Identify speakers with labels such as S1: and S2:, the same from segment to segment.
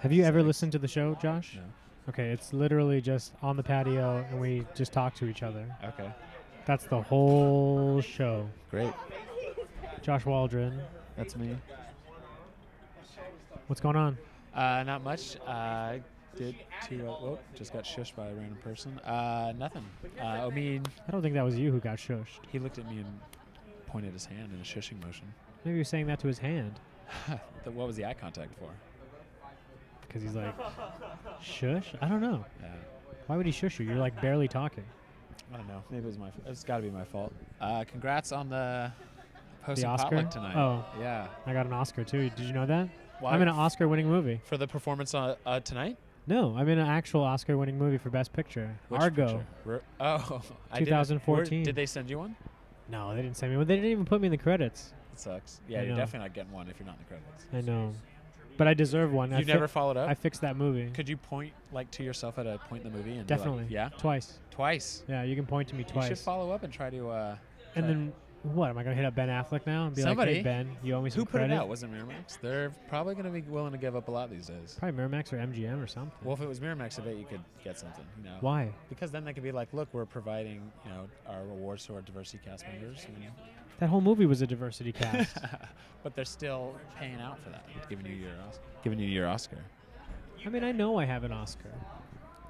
S1: Have you ever
S2: Sick.
S1: listened to the show, Josh?
S2: No.
S1: Okay, it's literally just on the patio and we just talk to each other.
S2: Okay.
S1: That's the whole show.
S2: Great.
S1: Josh Waldron,
S2: That's me.
S1: what's going on?
S2: Uh, not much. Uh, did two. Uh, whoop, just got shushed by a random person. Uh, nothing. Uh, I mean,
S1: I don't think that was you who got shushed.
S2: he looked at me and pointed his hand in a shushing motion.
S1: Maybe he was saying that to his hand
S2: Th- what was the eye contact for?
S1: because he's like, shush? I don't know.
S2: Yeah.
S1: Why would he shush you? You're like barely talking.
S2: I don't know. Maybe it was my. F- it's got to be my fault. Uh, congrats on the post
S1: The
S2: and
S1: Oscar?
S2: potluck tonight.
S1: Oh.
S2: Yeah.
S1: I got an Oscar too. Did you know that?
S2: Why-
S1: I'm in an Oscar winning movie.
S2: for the performance uh, uh, tonight.
S1: No, I'm in an actual Oscar winning movie for Best Picture.
S2: Which
S1: Argo.
S2: picture? Re- oh, I didn't-
S1: 2014.
S2: where- Did they send you one?
S1: No, they didn't send me one. They didn't even put me in the credits.
S2: That sucks.
S1: I
S2: Yeah, you're
S1: know.
S2: definitely not getting one if you're not in the credits.
S1: I know. But I deserve one. I
S2: You've
S1: fi-
S2: never followed up.
S1: I fixed that movie.
S2: Could you point like to yourself at a point in the movie? And be like,
S1: Definitely.
S2: yeah.
S1: Twice.
S2: Twice.
S1: Yeah, you can point to me
S2: You should
S1: twice.
S2: follow up and try to. Uh,
S1: And then what? Am I gonna hit up Ben Affleck now and be like, "Hey
S2: Somebody.
S1: Ben, you owe me some
S2: who put
S1: credit"?
S2: it out? Was it Miramax? They're probably going to be willing to give up a lot these days.
S1: Probably Miramax or MGM or something.
S2: Well, if it was Miramax, I bet you could get something. You know.
S1: Why?
S2: Because then they could be like, look, we're providing you know our awards to our diversity cast members, you know.
S1: That whole movie was a diversity cast.
S2: but they're still paying out for that, giving you your Oscar. Giving you your Oscar.
S1: I mean, I know I have an Oscar.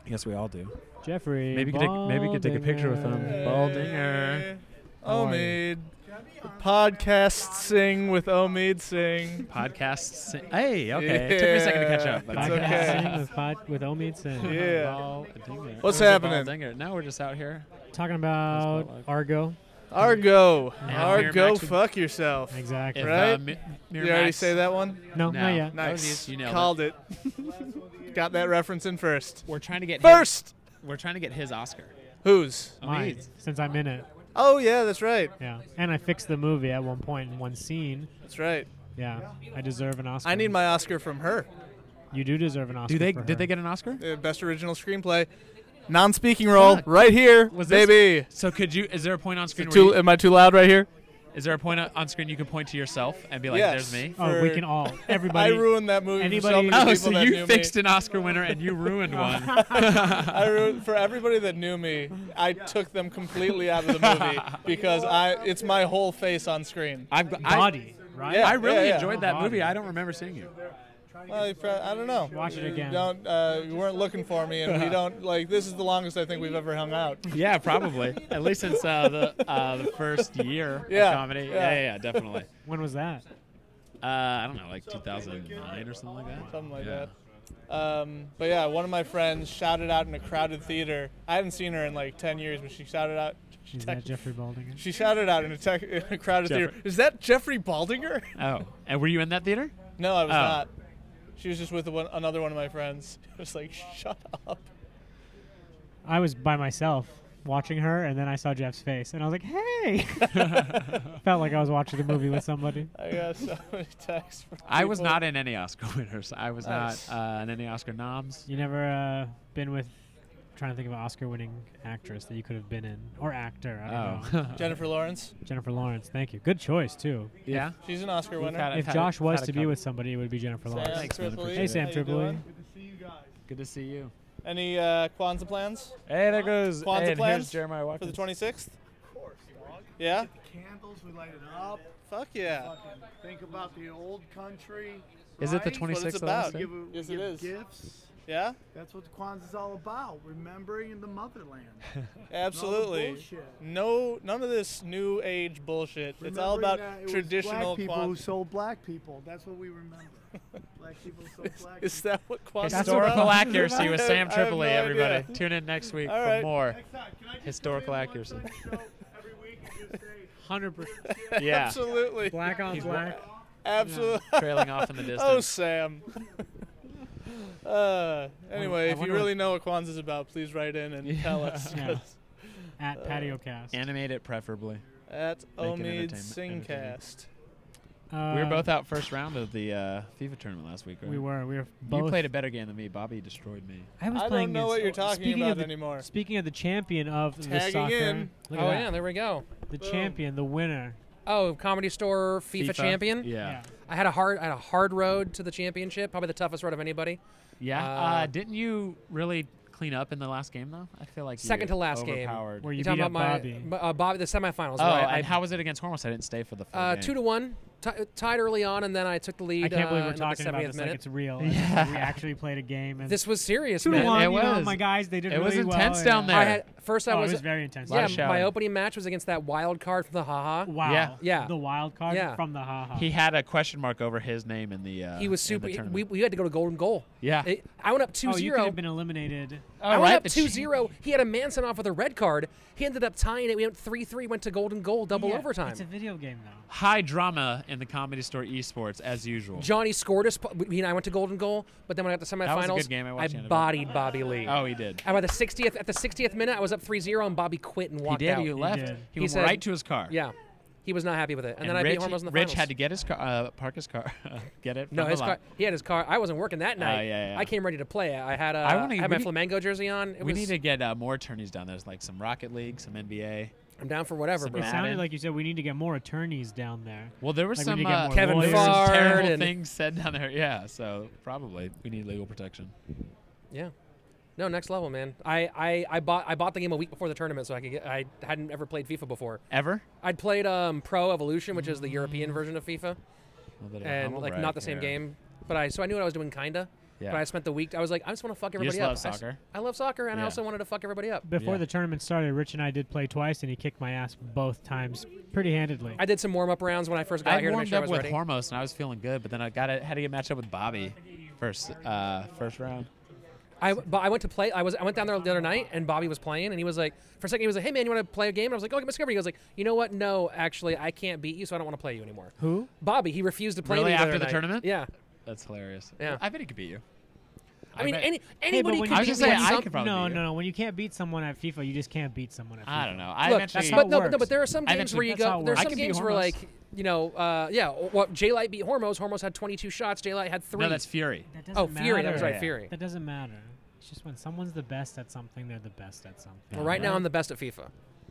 S2: Yes, we all do.
S1: Jeffrey. uh,
S2: Maybe you could take- maybe you could take a picture with him.
S1: Baldinger.
S2: Baldinger.
S1: How are you?
S3: er Omid. Podcast sing with Omid sing.
S2: Podcasts. Hey, okay. It took me a second to catch up. But
S3: It's
S1: Podcast
S3: okay.
S1: Sing with, pod, with Omid Singh.
S3: Yeah.
S2: Baldinger.
S3: What's
S2: Or is it
S3: happening?
S2: Baldinger? Now we're just out here.
S1: Talking about
S2: Spotlight.
S1: Argo.
S3: Argo.
S2: Yeah.
S3: Argo,
S2: Miramax would-
S3: fuck yourself.
S1: Exactly.
S2: If, uh,
S3: Right?
S2: Mi-
S3: Did you already
S2: Miramax-
S3: say that one?
S1: No,
S2: No.
S1: not yet.
S2: That was
S3: Nice.
S2: you. You nailed
S3: Called it. Got that reference in first.
S2: We're trying to get
S3: First!
S2: His, we're trying to get his Oscar. Oh,
S3: Who's?
S1: Mine,
S2: Omid.
S1: since I'm in it.
S3: Oh, yeah, that's right.
S1: Yeah. And I fixed the movie at one point in one scene.
S3: That's right.
S1: Yeah. I deserve an Oscar.
S3: I need my Oscar from her.
S1: You do deserve an Oscar.
S2: Do they?
S1: for
S2: Did
S1: her.
S2: they get an Oscar?
S3: Uh, Best original screenplay. Non speaking role
S2: Fuck.
S3: right here,
S2: Was this-
S3: baby.
S2: So could you? Is there a point on screen?
S3: Too,
S2: where you,
S3: am I too loud right here?
S2: is there a point on- on screen you can point to yourself and be like,
S3: Yes.
S2: "There's me."
S1: Oh, we
S3: for-
S1: can all.
S3: I
S1: Everybody.
S3: ruined that movie for so
S1: anybody-
S3: many
S2: Oh,
S3: people
S2: so
S3: that
S2: you
S3: knew
S2: fixed
S3: me.
S2: an Oscar winner and you ruined one.
S3: I ru- for everybody that knew me, I took them completely out of the movie because I it's my whole face on screen.
S2: I've got,
S1: body, right?
S3: Yeah.
S2: I really
S3: yeah.
S2: enjoyed that
S1: Body.
S2: movie. I don't remember seeing you.
S3: Well, you pro- I don't know.
S1: Watch it
S3: You
S1: again.
S3: Don't uh, you weren't looking for me, and we don't like. This is the longest I think we've ever hung out.
S2: Yeah, probably. At least since uh, the uh, the first year
S3: Yeah,
S2: of comedy. Yeah,
S3: yeah.
S2: yeah, yeah definitely.
S1: When was that?
S2: Uh, I don't know, like 2009 or something like that.
S3: Something like
S2: Yeah.
S3: that. Um, but yeah, one of my friends shouted out in a crowded theater. I hadn't seen her in like ten years, but she shouted out. She,
S1: Is
S3: tec-
S1: that Jeffrey Baldinger?
S3: she shouted out in a, tec- in a crowded theater.
S2: Jeffrey.
S3: Is that Jeffrey Baldinger?
S2: Oh, and were you in that theater?
S3: No, I was
S2: Oh.
S3: not. She was just with one, another one of my friends. I was like, shut up.
S1: I was by myself watching her, and then I saw Jeff's face, and I was like, "Hey!" Felt like I was watching a movie with somebody.
S3: I got so many texts. From
S2: I was
S3: people.
S2: not in any Oscar winners. I was
S3: Nice.
S2: not uh, in any Oscar noms.
S1: You never uh, been with? Trying to think of an Oscar-winning actress that you could have been in, or actor. I don't know.
S2: Oh,
S3: Jennifer Lawrence.
S1: Jennifer Lawrence. Thank you. Good choice too.
S2: yeah.
S3: She's an Oscar winner.
S2: had I've it.
S1: if Josh
S2: I've
S1: was
S2: had a
S1: to be
S2: couple.
S1: with somebody, it would be Jennifer
S3: Sam
S1: Lawrence.
S2: Thanks, man,
S3: Tripoli.
S1: Hey, Sam E.
S3: how you
S1: Tripoli.
S3: doing?
S2: Good to see you.
S3: Any uh, Kwanzaa plans
S2: Hey, there goes.
S3: Kwanzaa
S2: hey, and
S3: plans
S2: here's Jeremiah
S3: for the
S2: Watkins.
S3: 26th? Yeah.
S4: Candles, we light it up.
S3: Fuck yeah.
S4: Fucking think about the old country.
S2: Is it the
S4: right?
S2: 26th?
S3: what it's
S2: that last
S3: about.
S2: day?
S4: Give, a-
S3: Yes, it
S4: give
S3: is.
S4: Gifts.
S3: Yeah.
S4: That's what the Kwanzaa's all about. Remembering the motherland.
S3: Absolutely.
S4: bullshit.
S3: No, none of this new age bullshit. it's all
S4: Remembering
S3: about
S4: that it was
S3: traditional
S4: black people who
S3: Kwanzaa.
S4: sold black people. That's what we remember. black people sold black
S3: Is that what Kwanzaa's
S2: Historical
S3: about?
S2: accuracy with
S3: I
S2: Sam
S3: have- I have
S2: Tripoli,
S3: no
S2: everybody.
S3: idea.
S2: Tune in next week
S3: All
S2: for
S3: right.
S2: more.
S4: people.
S2: Historical accuracy.
S4: Every week and just say,
S1: Hundred percent.
S2: Yeah.
S3: Absolutely.
S1: Black on black.
S3: Absolutely.
S2: Trailing off in the distance.
S3: Oh, Sam. uh, anyway,
S1: I
S3: if you
S1: wonder
S3: really know what Kwanzaa's about, please write in and tell us.
S1: Yeah.
S3: 'cause Uh,
S1: At patio cast.
S2: Animate it preferably.
S3: At
S2: Make it
S3: Omid
S2: entertainment-
S3: Singcast.
S1: Uh,
S2: we were both out first round of the uh, FIFA tournament last week, right?
S1: We were. We were
S2: You
S1: both.
S2: played a better game than me. Bobby destroyed me.
S1: I was
S3: I don't
S1: playing
S3: know
S1: against-
S3: what you're
S1: oh,
S3: talking
S1: speaking of
S3: about
S1: the-
S3: anymore.
S1: Speaking of the champion of the
S3: Tagging
S1: soccer,
S3: in.
S1: look at
S5: Oh
S1: that.
S5: yeah, there we go.
S1: the champion, the winner.
S5: Oh, comedy store FIFA, champion.
S2: Yeah.
S5: I had a hard I had a hard road to the championship, probably the toughest road of anybody.
S2: Yeah. Uh,
S5: Uh,
S2: didn't you really clean up in the last game though? I feel like
S5: Second
S2: you
S5: to last game.
S2: overpowered.
S1: Where
S5: You
S1: you
S5: talking
S1: beat
S5: about
S1: up
S5: my
S1: Bobby.
S5: my- uh, Bobby the semifinals?
S2: Oh,
S5: right?
S2: and
S5: I-
S2: how was it against Hornets? I didn't stay for the full
S5: uh,
S2: game.
S5: two to one, t- tied early on, and then I took the lead.
S1: I can't believe
S5: uh,
S1: we're
S5: in, like,
S1: talking
S5: the
S1: about
S5: 70th
S1: this
S5: minute.
S1: like it's real. and
S2: Yeah.
S1: we actually played a game. And
S5: This was serious,
S1: two to
S5: man.
S1: one.
S2: it
S1: you know,
S2: was-
S1: my guys, they did
S2: it was
S1: really well.
S2: intense down
S1: and-
S2: there.
S5: I had first I
S1: Oh,
S5: was,
S1: it was very intense.
S2: lot
S5: yeah.
S2: of
S5: My
S2: shouting.
S5: opening match was against that wild card from the haha.
S1: Wow.
S2: Yeah.
S5: Yeah.
S1: The wild card
S5: Yeah.
S1: from the haha.
S2: He had a question mark over his name in the. Uh,
S5: He was
S2: in the
S5: super.
S2: tournament.
S5: We, we had to go to golden goal.
S2: yeah.
S5: It- I went up 2-0.
S1: oh, you could have been eliminated.
S2: All
S5: I went
S2: right,
S5: up
S2: but
S5: 2
S2: she-
S5: 0. He had a Manson off with a red card. He ended up tying it. We went 3 3, went to golden goal, double
S1: Yeah,
S5: overtime.
S1: It's a video game though.
S2: High drama in the Comedy Store esports as usual.
S5: Johnny scored us. He and I went to golden goal, but then when I got to semifinals,
S2: That was a good game. I watched the end of it.
S5: bodied Bobby Lee.
S2: oh, he did.
S5: And by the 60th, at the 60th minute, I was up 3 0, and Bobby quit and
S2: He
S5: walked
S2: did.
S5: out.
S2: He left. He,
S1: did.
S5: He
S2: went
S5: said-
S2: right to his car.
S5: yeah. He was not happy with it. And,
S2: And,
S5: then I
S2: Rich,
S5: beat Hormuz in the
S2: Rich
S5: finals.
S2: had to get his car, uh, park his car, get it.
S5: No,
S2: from
S5: his
S2: the
S5: car.
S2: lot. Uh,
S5: He had his car. I wasn't working that night.
S2: yeah, yeah.
S5: I came ready to play. I had, uh,
S2: I wanna-
S5: had
S2: we
S5: my
S2: need-
S5: Flamengo jersey on. It
S2: We
S5: was,
S2: need to get uh, more attorneys down there. There's like some Rocket League, some NBA.
S5: I'm down for whatever,
S2: Some
S5: bro.
S1: It
S2: Added.
S1: sounded like you said we need to get more attorneys down there.
S2: Well, there were
S1: Like, we
S2: some
S1: need to get
S2: uh,
S1: more
S5: Kevin
S2: there were some
S5: Farr
S2: terrible
S5: and-
S2: things said down there. Yeah, so probably we need legal protection.
S5: Yeah. No, next level, man. I, I, I bought I bought the game a week before the tournament, so I could get. I hadn't ever played FIFA before.
S2: Ever?
S5: I'd played um, Pro Evolution, which is the European version of FIFA, and like not the same game. But I so I knew what I was doing, kinda.
S2: Yeah.
S5: But I spent the week. I was like, I just want to fuck everybody
S2: just
S5: up.
S2: love
S5: I s-
S2: soccer.
S5: I love soccer, and I
S2: Yeah.
S5: also wanted to fuck everybody up.
S1: Before
S2: Yeah.
S1: the tournament started, Rich and I did play twice, and he kicked my ass both times, pretty handedly.
S5: I did some warm up rounds when I first got
S2: I
S5: here to
S2: warmed
S5: make sure
S2: up
S5: I was
S2: with
S5: ready.
S2: Hormos and I was feeling good, but then I got had to get matched up with Bobby first uh, first round.
S5: I but I went to play. I was I went down there the other night, and Bobby was playing, and he was like, for a second, he was like, Hey man, you want to play a game? And I was like, Oh, get Discovery. He was like, You know what? No, actually, I can't beat you, so I don't want to play you anymore.
S1: Who?
S5: Bobby, he refused to play
S2: Really?
S5: me
S2: After
S5: other
S2: the
S5: night.
S2: tournament?
S5: Yeah.
S2: That's hilarious.
S5: Yeah.
S2: I bet he could beat you.
S5: I, mean,
S2: bet-
S5: any,
S1: Hey, but
S5: anybody
S1: when
S5: could
S1: you
S2: I was
S5: beat
S2: just
S1: can't
S5: me
S2: saying
S5: at
S2: I
S5: some-
S2: could probably
S1: No,
S2: beat
S1: no,
S2: you.
S1: no. When you can't beat someone at FIFA, you just can't beat someone at FIFA.
S2: I don't know. I
S5: Look,
S2: eventually.
S1: how
S5: but
S1: it
S5: no, but no,
S1: works.
S5: but there are some
S2: I
S5: games
S2: eventually-
S5: where you
S1: that's how
S5: go.
S1: it
S5: There are
S1: works. I
S5: some
S2: can beat
S5: games where
S2: Hormuz.
S5: like you know, uh, yeah. Well, J Light beat Hormos. Hormos had 22 shots. J Light had three.
S2: No, that's Fury.
S1: That doesn't
S5: oh, Fury. That was
S1: matter.
S5: right, Fury.
S1: That doesn't matter. It's just when someone's the best at something, they're the best at something.
S5: Well, right now I'm the best at FIFA,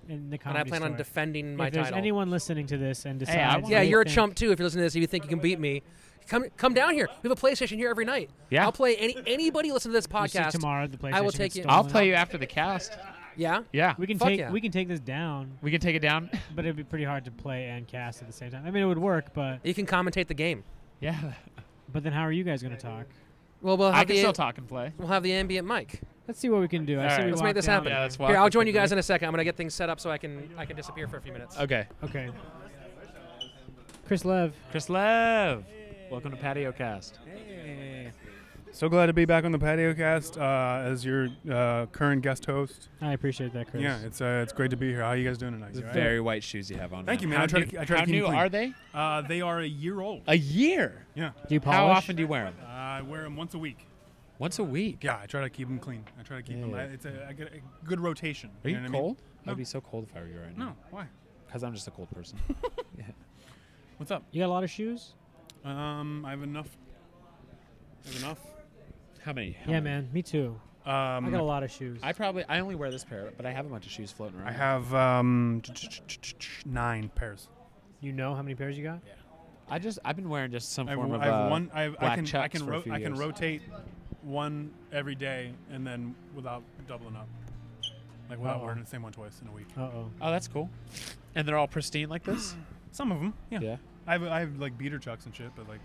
S1: In the
S5: and I
S1: comedy
S5: plan on
S1: store.
S5: defending my
S1: if there's
S5: title.
S1: anyone listening to this and
S2: Hey, I
S1: decides,
S2: want-
S5: yeah,
S1: they
S5: you're a
S1: think-
S5: chump too. If you listen to this, if you think you can beat me, come come down here. We have a PlayStation here every night.
S2: Yeah.
S5: I'll play any anybody listen to this
S1: You see
S5: podcast
S1: tomorrow the PlayStation
S5: I will
S1: gets
S5: take you-
S2: I'll
S1: stolen.
S2: play you after the cast.
S5: Yeah.
S2: Yeah.
S1: We can
S5: Fuck
S1: take
S5: yeah.
S1: we can take this down,
S2: we can take it down.
S1: but it'd be pretty hard to play and cast at the same time. I mean, it would work, but
S5: You can commentate the game.
S2: yeah.
S1: but then how are you guys going to talk?
S5: Well, we'll have
S2: I can
S5: the
S2: still talk and play.
S5: we'll have the ambient mic.
S1: Let's see what we can do. I
S2: All
S1: say
S2: right.
S1: we
S5: Let's
S1: walk
S5: make this
S1: down
S5: happen.
S2: Yeah,
S1: there.
S2: let's walk
S5: Here, I'll
S2: up
S5: join you
S2: quickly.
S5: guys in a second. I'm gonna get things set up so I can I can disappear for a few minutes.
S2: Okay.
S1: Okay. Chris Lev.
S2: Chris Lev, welcome to Patio Cast.
S6: So glad to be back on the patio cast uh, as your uh, current guest host.
S1: I appreciate that, Chris.
S6: Yeah, it's uh, it's great to be here. How you guys doing tonight? You all right?
S2: Very white shoes you have on.
S6: Thank you, man.
S2: How
S6: I try to
S2: new,
S6: ke- I try to
S2: how
S6: keep 'em
S2: new
S6: clean.
S2: are they?
S6: Uh, they are a year old.
S2: A year.
S6: Yeah, Uh,
S1: Do you polish?
S2: How often do you wear them?
S6: I wear them once a week.
S2: Once a week.
S6: Yeah, I try to keep them clean. I try to keep
S2: Yeah,
S6: them.
S2: yeah.
S6: I, it's a, I get a good rotation.
S2: Are you
S6: know what I mean?
S2: cold?
S6: No.
S2: I'd be so cold if I were you right now.
S6: No. Why?
S2: Because I'm just a cold person.
S6: What's up?
S1: You got a lot of shoes?
S6: Um, I have enough. I have enough.
S2: How many? How
S1: yeah,
S2: many?
S1: man. Me too.
S6: Um,
S1: I got a lot of shoes.
S2: I probably I only wear this pair, but I have a bunch of shoes floating around.
S6: I have um, ch- ch- ch- ch- ch- nine pairs.
S1: you know how many pairs you got?
S2: I just I've been wearing just some
S6: I have,
S2: form of
S6: I have
S2: uh,
S6: one. I, have,
S2: black
S6: I can. I
S2: Chucks
S6: can.
S2: for a
S6: Ro-
S2: few
S6: I can
S2: years.
S6: rotate one every day, and then without doubling up, like without
S1: Uh-oh.
S6: wearing the same one twice in a week.
S1: Uh oh.
S2: Oh, that's cool. And they're all pristine like this.
S6: Some of them. Yeah.
S2: yeah.
S6: I have. I have like beater chucks and shit, but like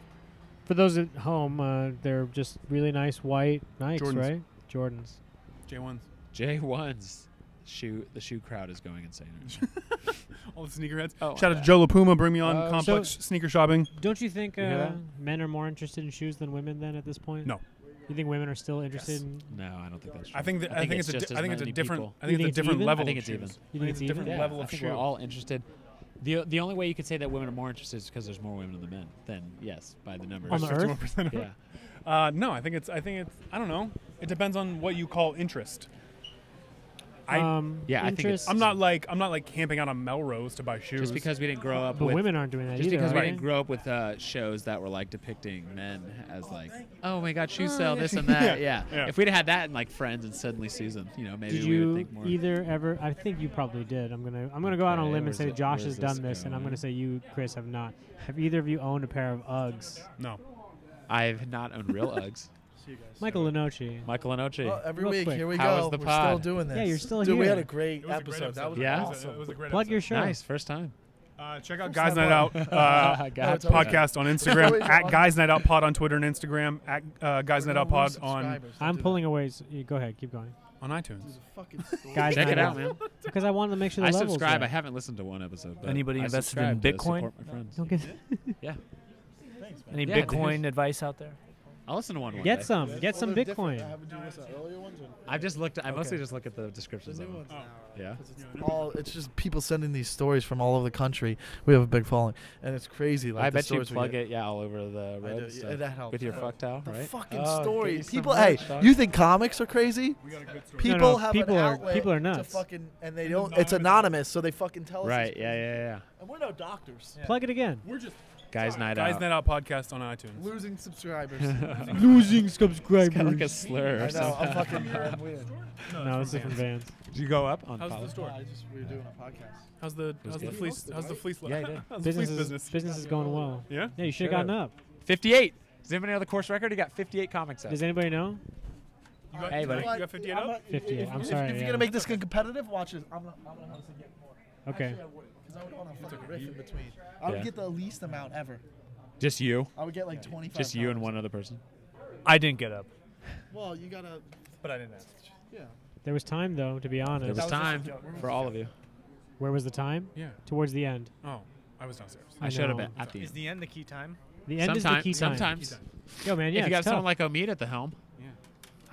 S1: For those at home, uh, they're just really nice white Nikes,
S6: Jordans.
S1: right? Jordans.
S6: J ones.
S2: J ones. Shoe the shoe crowd is going insane. right
S6: All the sneakerheads.
S2: Oh,
S6: Shout out to
S2: yeah.
S6: Joe LaPuma. Bring me on
S2: Oh,
S6: complex sneaker shopping.
S1: Uh, Don't you think
S2: You hear
S1: uh,
S2: that?
S1: men are more interested in shoes than women? Then at this point,
S6: No.
S1: You think women are still interested? in...
S2: now. no, I don't think that's true.
S6: I think. That, I, think it's.
S2: just
S6: a.
S2: as
S6: di- I think it's a
S2: many
S6: different.
S2: people.
S6: I think
S1: You
S6: it's a
S1: think it's
S6: different
S1: even?
S6: level.
S2: I think
S6: of
S2: it's
S6: shoes.
S2: even.
S1: You
S6: I
S1: think
S6: think
S1: it's
S6: a different
S1: even?
S6: level
S2: I
S6: of
S2: think
S6: shoe.
S2: we're all interested. The, the only way you could say that women are more interested is because there's more women than men. Then yes, by the numbers.
S1: On the earth?
S6: 51% of it.
S2: Yeah.
S6: Uh, no, I think it's. I think it's. I don't know. It depends on what you call interest. I-
S1: um,
S2: Yeah, I think
S1: interest.
S2: it's-
S6: I'm not like I'm not like camping out on Melrose to buy shoes.
S2: Just because we didn't grow up
S1: But
S2: with
S1: women aren't doing that
S2: just
S1: either.
S2: because
S1: are
S2: we
S1: they?
S2: didn't grow up with uh, shows that were like depicting men as like, oh my God, shoes sell this and that. Yeah.
S6: Yeah.
S2: If we'd had that in like Friends and Suddenly Susan, you know, maybe
S1: Did
S2: we would
S1: you
S2: think more.
S1: either ever? I think you probably did. I'm gonna I'm gonna go out on a
S2: Okay,
S1: limb and
S2: where's
S1: say
S2: it-
S1: Josh
S2: where's
S1: has done
S2: this
S1: this, and I'm
S2: going?
S1: gonna say you, Chris, have not. Have either of you owned a pair of Uggs?
S6: no.
S2: I've not owned real Uggs.
S1: Michael Lenoci. Oh,
S2: Michael Anoche.
S7: Well, every
S1: Real
S7: week,
S1: quick,
S7: here we go.
S2: how was the
S7: We're still
S2: pod?
S7: doing this.
S1: Yeah, you're still
S7: Dude, we
S1: here.
S7: had a great
S6: It was a
S7: episode.
S6: great
S7: That was
S2: Yeah?
S7: awesome.
S6: It was a great
S1: Plug your
S6: episode.
S1: show.
S2: nice. First time.
S6: Uh, check out
S7: First
S6: Guys
S7: time
S6: Night Out uh,
S2: God.
S6: podcast on Instagram
S7: Always
S6: at
S7: on.
S6: Guys Night Out Pod on Twitter and Instagram at uh, Guys Night Out Pod on
S1: I'm pulling away. So you, go ahead, keep going,
S6: on iTunes.
S1: guys.
S2: Check
S1: night
S2: it out, man.
S1: Because I wanted to make sure the
S2: I
S1: levels.
S2: subscribe.
S1: right.
S2: I haven't listened to one episode. But
S8: Anybody
S2: I
S8: invested in
S2: subscribe to
S8: Bitcoin?
S2: support my friends.
S1: Don't get,
S8: Any
S2: Yeah, dude.
S8: Bitcoin advice out there?
S2: I'll listen to one. one day.
S1: get some. Get some Bitcoin.
S2: I've just looked. I mostly just look at the descriptions of them. Yeah.
S7: All, it's just people sending these stories from all over the country. We have a big following, and it's crazy. Like
S2: I
S7: the
S2: bet you
S7: stories we
S2: plug
S7: get.
S2: it, yeah, all over the
S7: I
S2: road.
S7: do,
S2: and
S7: yeah,
S2: stuff.
S7: that helps.
S2: with your
S7: Yeah.
S2: fuck towel,
S7: The
S2: right?
S7: fucking
S2: Oh, get you
S7: story.
S2: some
S7: People,
S2: merch,
S7: hey,
S2: dog.
S7: you think comics are crazy?
S6: We got a good story.
S7: People
S1: no,
S7: have
S1: people
S7: an
S1: are-
S7: outlet
S1: people are
S7: To
S1: nuts.
S7: fucking, and they
S6: And
S7: don't.
S6: anonymous.
S7: It's anonymous, so they fucking tell us.
S2: right?
S7: it's
S2: Yeah,
S7: crazy.
S2: yeah, yeah.
S7: And we're no doctors.
S1: Plug it again.
S6: We're just
S2: Guys, night
S6: Guys
S2: out.
S6: Night Out podcast on iTunes.
S7: Losing subscribers.
S1: Losing
S2: It's kind of
S1: subscribers.
S2: like a slur
S7: I
S2: or
S7: know.
S2: something.
S7: I'm fucking. I'm weird.
S1: no, this is from Vans.
S2: Did you go up on?
S6: How's the
S2: Apollo?
S6: store?
S7: I just we were doing a podcast.
S6: How's the how's the
S2: good.
S6: fleece how's the fleece
S2: Yeah, I did.
S6: how's the
S1: Business
S6: fleece
S1: is,
S6: business?
S1: business is going well.
S6: Yeah.
S1: Yeah, you should have
S2: Shut
S1: gotten up.
S2: Fifty-eight. Does anybody know the course record? He got fifty-eight comics out.
S1: Does anybody know?
S6: You got,
S2: Hey, buddy.
S6: You got 58 up?
S1: 58,
S7: If,
S1: I'm
S7: if,
S1: sorry,
S7: If you're
S1: yeah.
S7: gonna make this competitive, watch this. I'm gonna, I'm gonna have to get more.
S1: Okay.
S7: Actually, I would, because I would want to fucking riff in between. I would
S2: Yeah.
S7: get the least amount ever.
S2: Just you.
S7: I would get like 25.
S2: Just you and
S7: dollars.
S2: one other person.
S8: I didn't get up,
S7: Well, you gotta.
S8: but I didn't ask.
S7: Yeah.
S1: There was time though, to be
S2: There
S1: honest.
S2: was
S7: was just a
S2: time
S7: joke.
S2: for all of you.
S1: Where was the time?
S6: Yeah.
S1: Towards the end.
S6: Oh, I was downstairs.
S2: I showed up
S1: know.
S2: at, at the
S9: Is
S2: end.
S9: the end the key time?
S1: The end
S2: Sometime-
S1: is the key time.
S2: Sometimes,
S1: Yo, man, yeah,
S2: if you
S1: it's
S2: got someone
S1: tough.
S2: like Omid at the helm,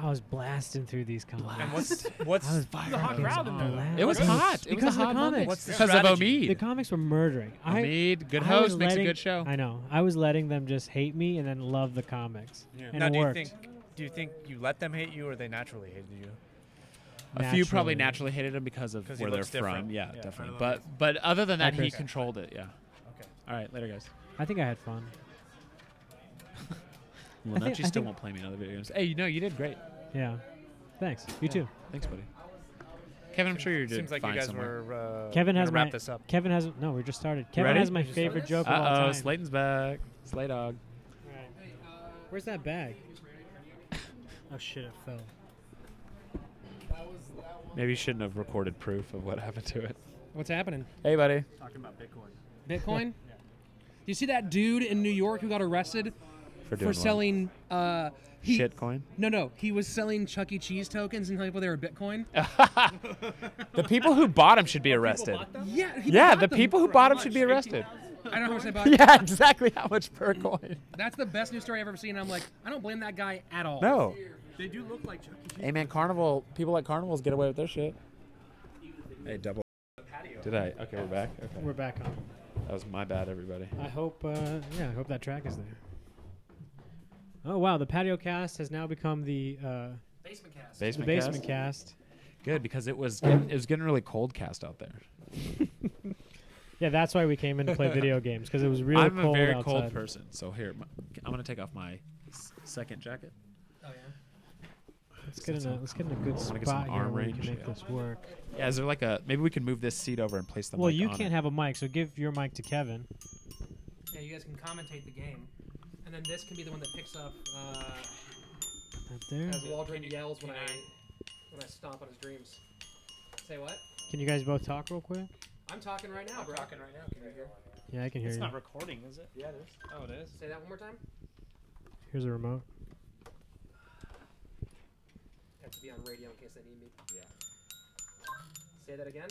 S1: I was blasting through these comments.
S9: And what's what's
S1: I was
S9: the hot
S1: fucking
S9: crowd in there? though.
S1: blasting.
S2: it was hot. It was a
S1: because of the
S2: hot Monday.
S1: comics. What's
S9: the
S2: because of
S9: strategy?
S1: The
S2: Omid.
S1: comics were murdering. I,
S2: Omid, good
S1: I was
S2: host, makes a
S1: letting-
S2: good show.
S1: I know. I was letting them just hate me and then love the comics.
S6: Yeah.
S1: And
S9: now,
S1: it
S9: do you
S1: worked.
S9: think do you think you let them hate you, or they naturally hated you?
S2: A few probably
S1: naturally.
S2: naturally hated him because of
S9: 'Cause he
S2: where they're
S9: looks different.
S2: from. Yeah,
S9: Yeah.
S2: definitely.
S6: Right,
S2: But but other than that, he
S1: Chris.
S2: controlled it. Yeah.
S9: Okay.
S2: All right, later, guys.
S1: I think I had fun.
S2: Well,
S1: think-
S2: she
S1: I
S2: still
S1: think-
S2: won't play me in other video games. Hey, you know, you did great.
S1: Yeah. Thanks. You too.
S2: Thanks, buddy. Kevin, I'm sure you're doing
S9: Seems like
S2: fine
S9: you guys
S2: somewhere.
S9: were. Uh,
S1: Kevin
S9: gonna
S1: has
S9: wrap
S1: my
S9: this up.
S1: Kevin has no. We just started. Kevin
S2: ready?
S1: has my
S9: You just
S1: favorite joke of all
S2: Uh oh,
S1: time.
S2: Slayton's back. Slay dog.
S1: Where's that bag? Oh shit! It fell.
S2: Maybe you shouldn't have recorded proof of what happened to it.
S5: What's happening?
S2: Hey, buddy.
S5: Bitcoin? You see that dude in New York who got arrested
S2: For doing
S5: for
S2: what?
S5: selling uh he,
S2: shitcoin.
S5: No, no, he was selling Chuck E. Cheese tokens and telling people they were Bitcoin.
S2: The people who bought him should be arrested.
S5: yeah, he
S2: Yeah,
S5: bought
S2: the
S5: them
S2: people who
S5: for
S2: bought
S5: how
S2: him should
S5: much?
S2: be arrested.
S5: I don't know how much they bought.
S2: Yeah, exactly how much per coin.
S5: That's the best news story I've ever seen. I'm like, I don't blame that guy at all.
S2: No.
S9: They do look like Chuck E.
S2: Hey man, carnival people at carnivals get away with their shit. Hey, double. Did I? Okay, we're back. Okay,
S1: We're back on.
S2: that was my bad, everybody.
S1: I hope. Uh, yeah, I hope that track is there. Oh wow! The patio cast has now become the uh,
S5: Basement cast.
S1: the
S2: Basement,
S1: basement
S2: cast?
S1: cast.
S2: Good because it was getting, it was getting really cold cast out there.
S1: Yeah, that's why we came in to play video games because it was really
S2: I'm
S1: cold
S2: a very
S1: outside.
S2: cold person, so here my, I'm gonna take off my s- second jacket.
S5: Oh yeah.
S1: Let's get in a let's get in a good
S2: Wanna
S1: spot
S2: get some
S1: here
S2: arm
S1: where we
S2: range,
S1: can make
S2: yeah.
S1: this work.
S2: Yeah, is there like a maybe we can move this seat over and place the
S1: Well,
S2: mic
S1: you
S2: on
S1: can't
S2: it.
S1: have a mic, so give your mic to Kevin.
S5: Yeah, you guys can commentate the game, and then this can be the one that picks up uh,
S1: Up there.
S5: as Waldron yells when I when I stomp on his dreams. Say what?
S1: Can you guys both talk real quick?
S5: I'm talking right now, bro. talking right now. Can you hear?
S1: Yeah, I can hear
S9: It's
S1: you.
S9: not recording, is it? Yeah, it is. Oh, it is.
S5: Say that one more time.
S1: Here's a remote.
S5: Have to be on radio in case they need me. Yeah. Say that again.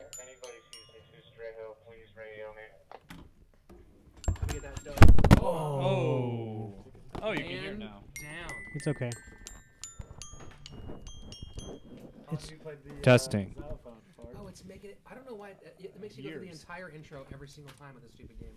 S10: Anybody sees Jesus Trejo, please radio me.
S5: Let me get that dope.
S9: Oh. Oh, you can hear
S5: And
S9: now.
S5: down.
S1: It's okay.
S8: Testing.
S5: Oh, it's making it. I don't know why it, it makes you go through the entire intro every single time of this stupid game.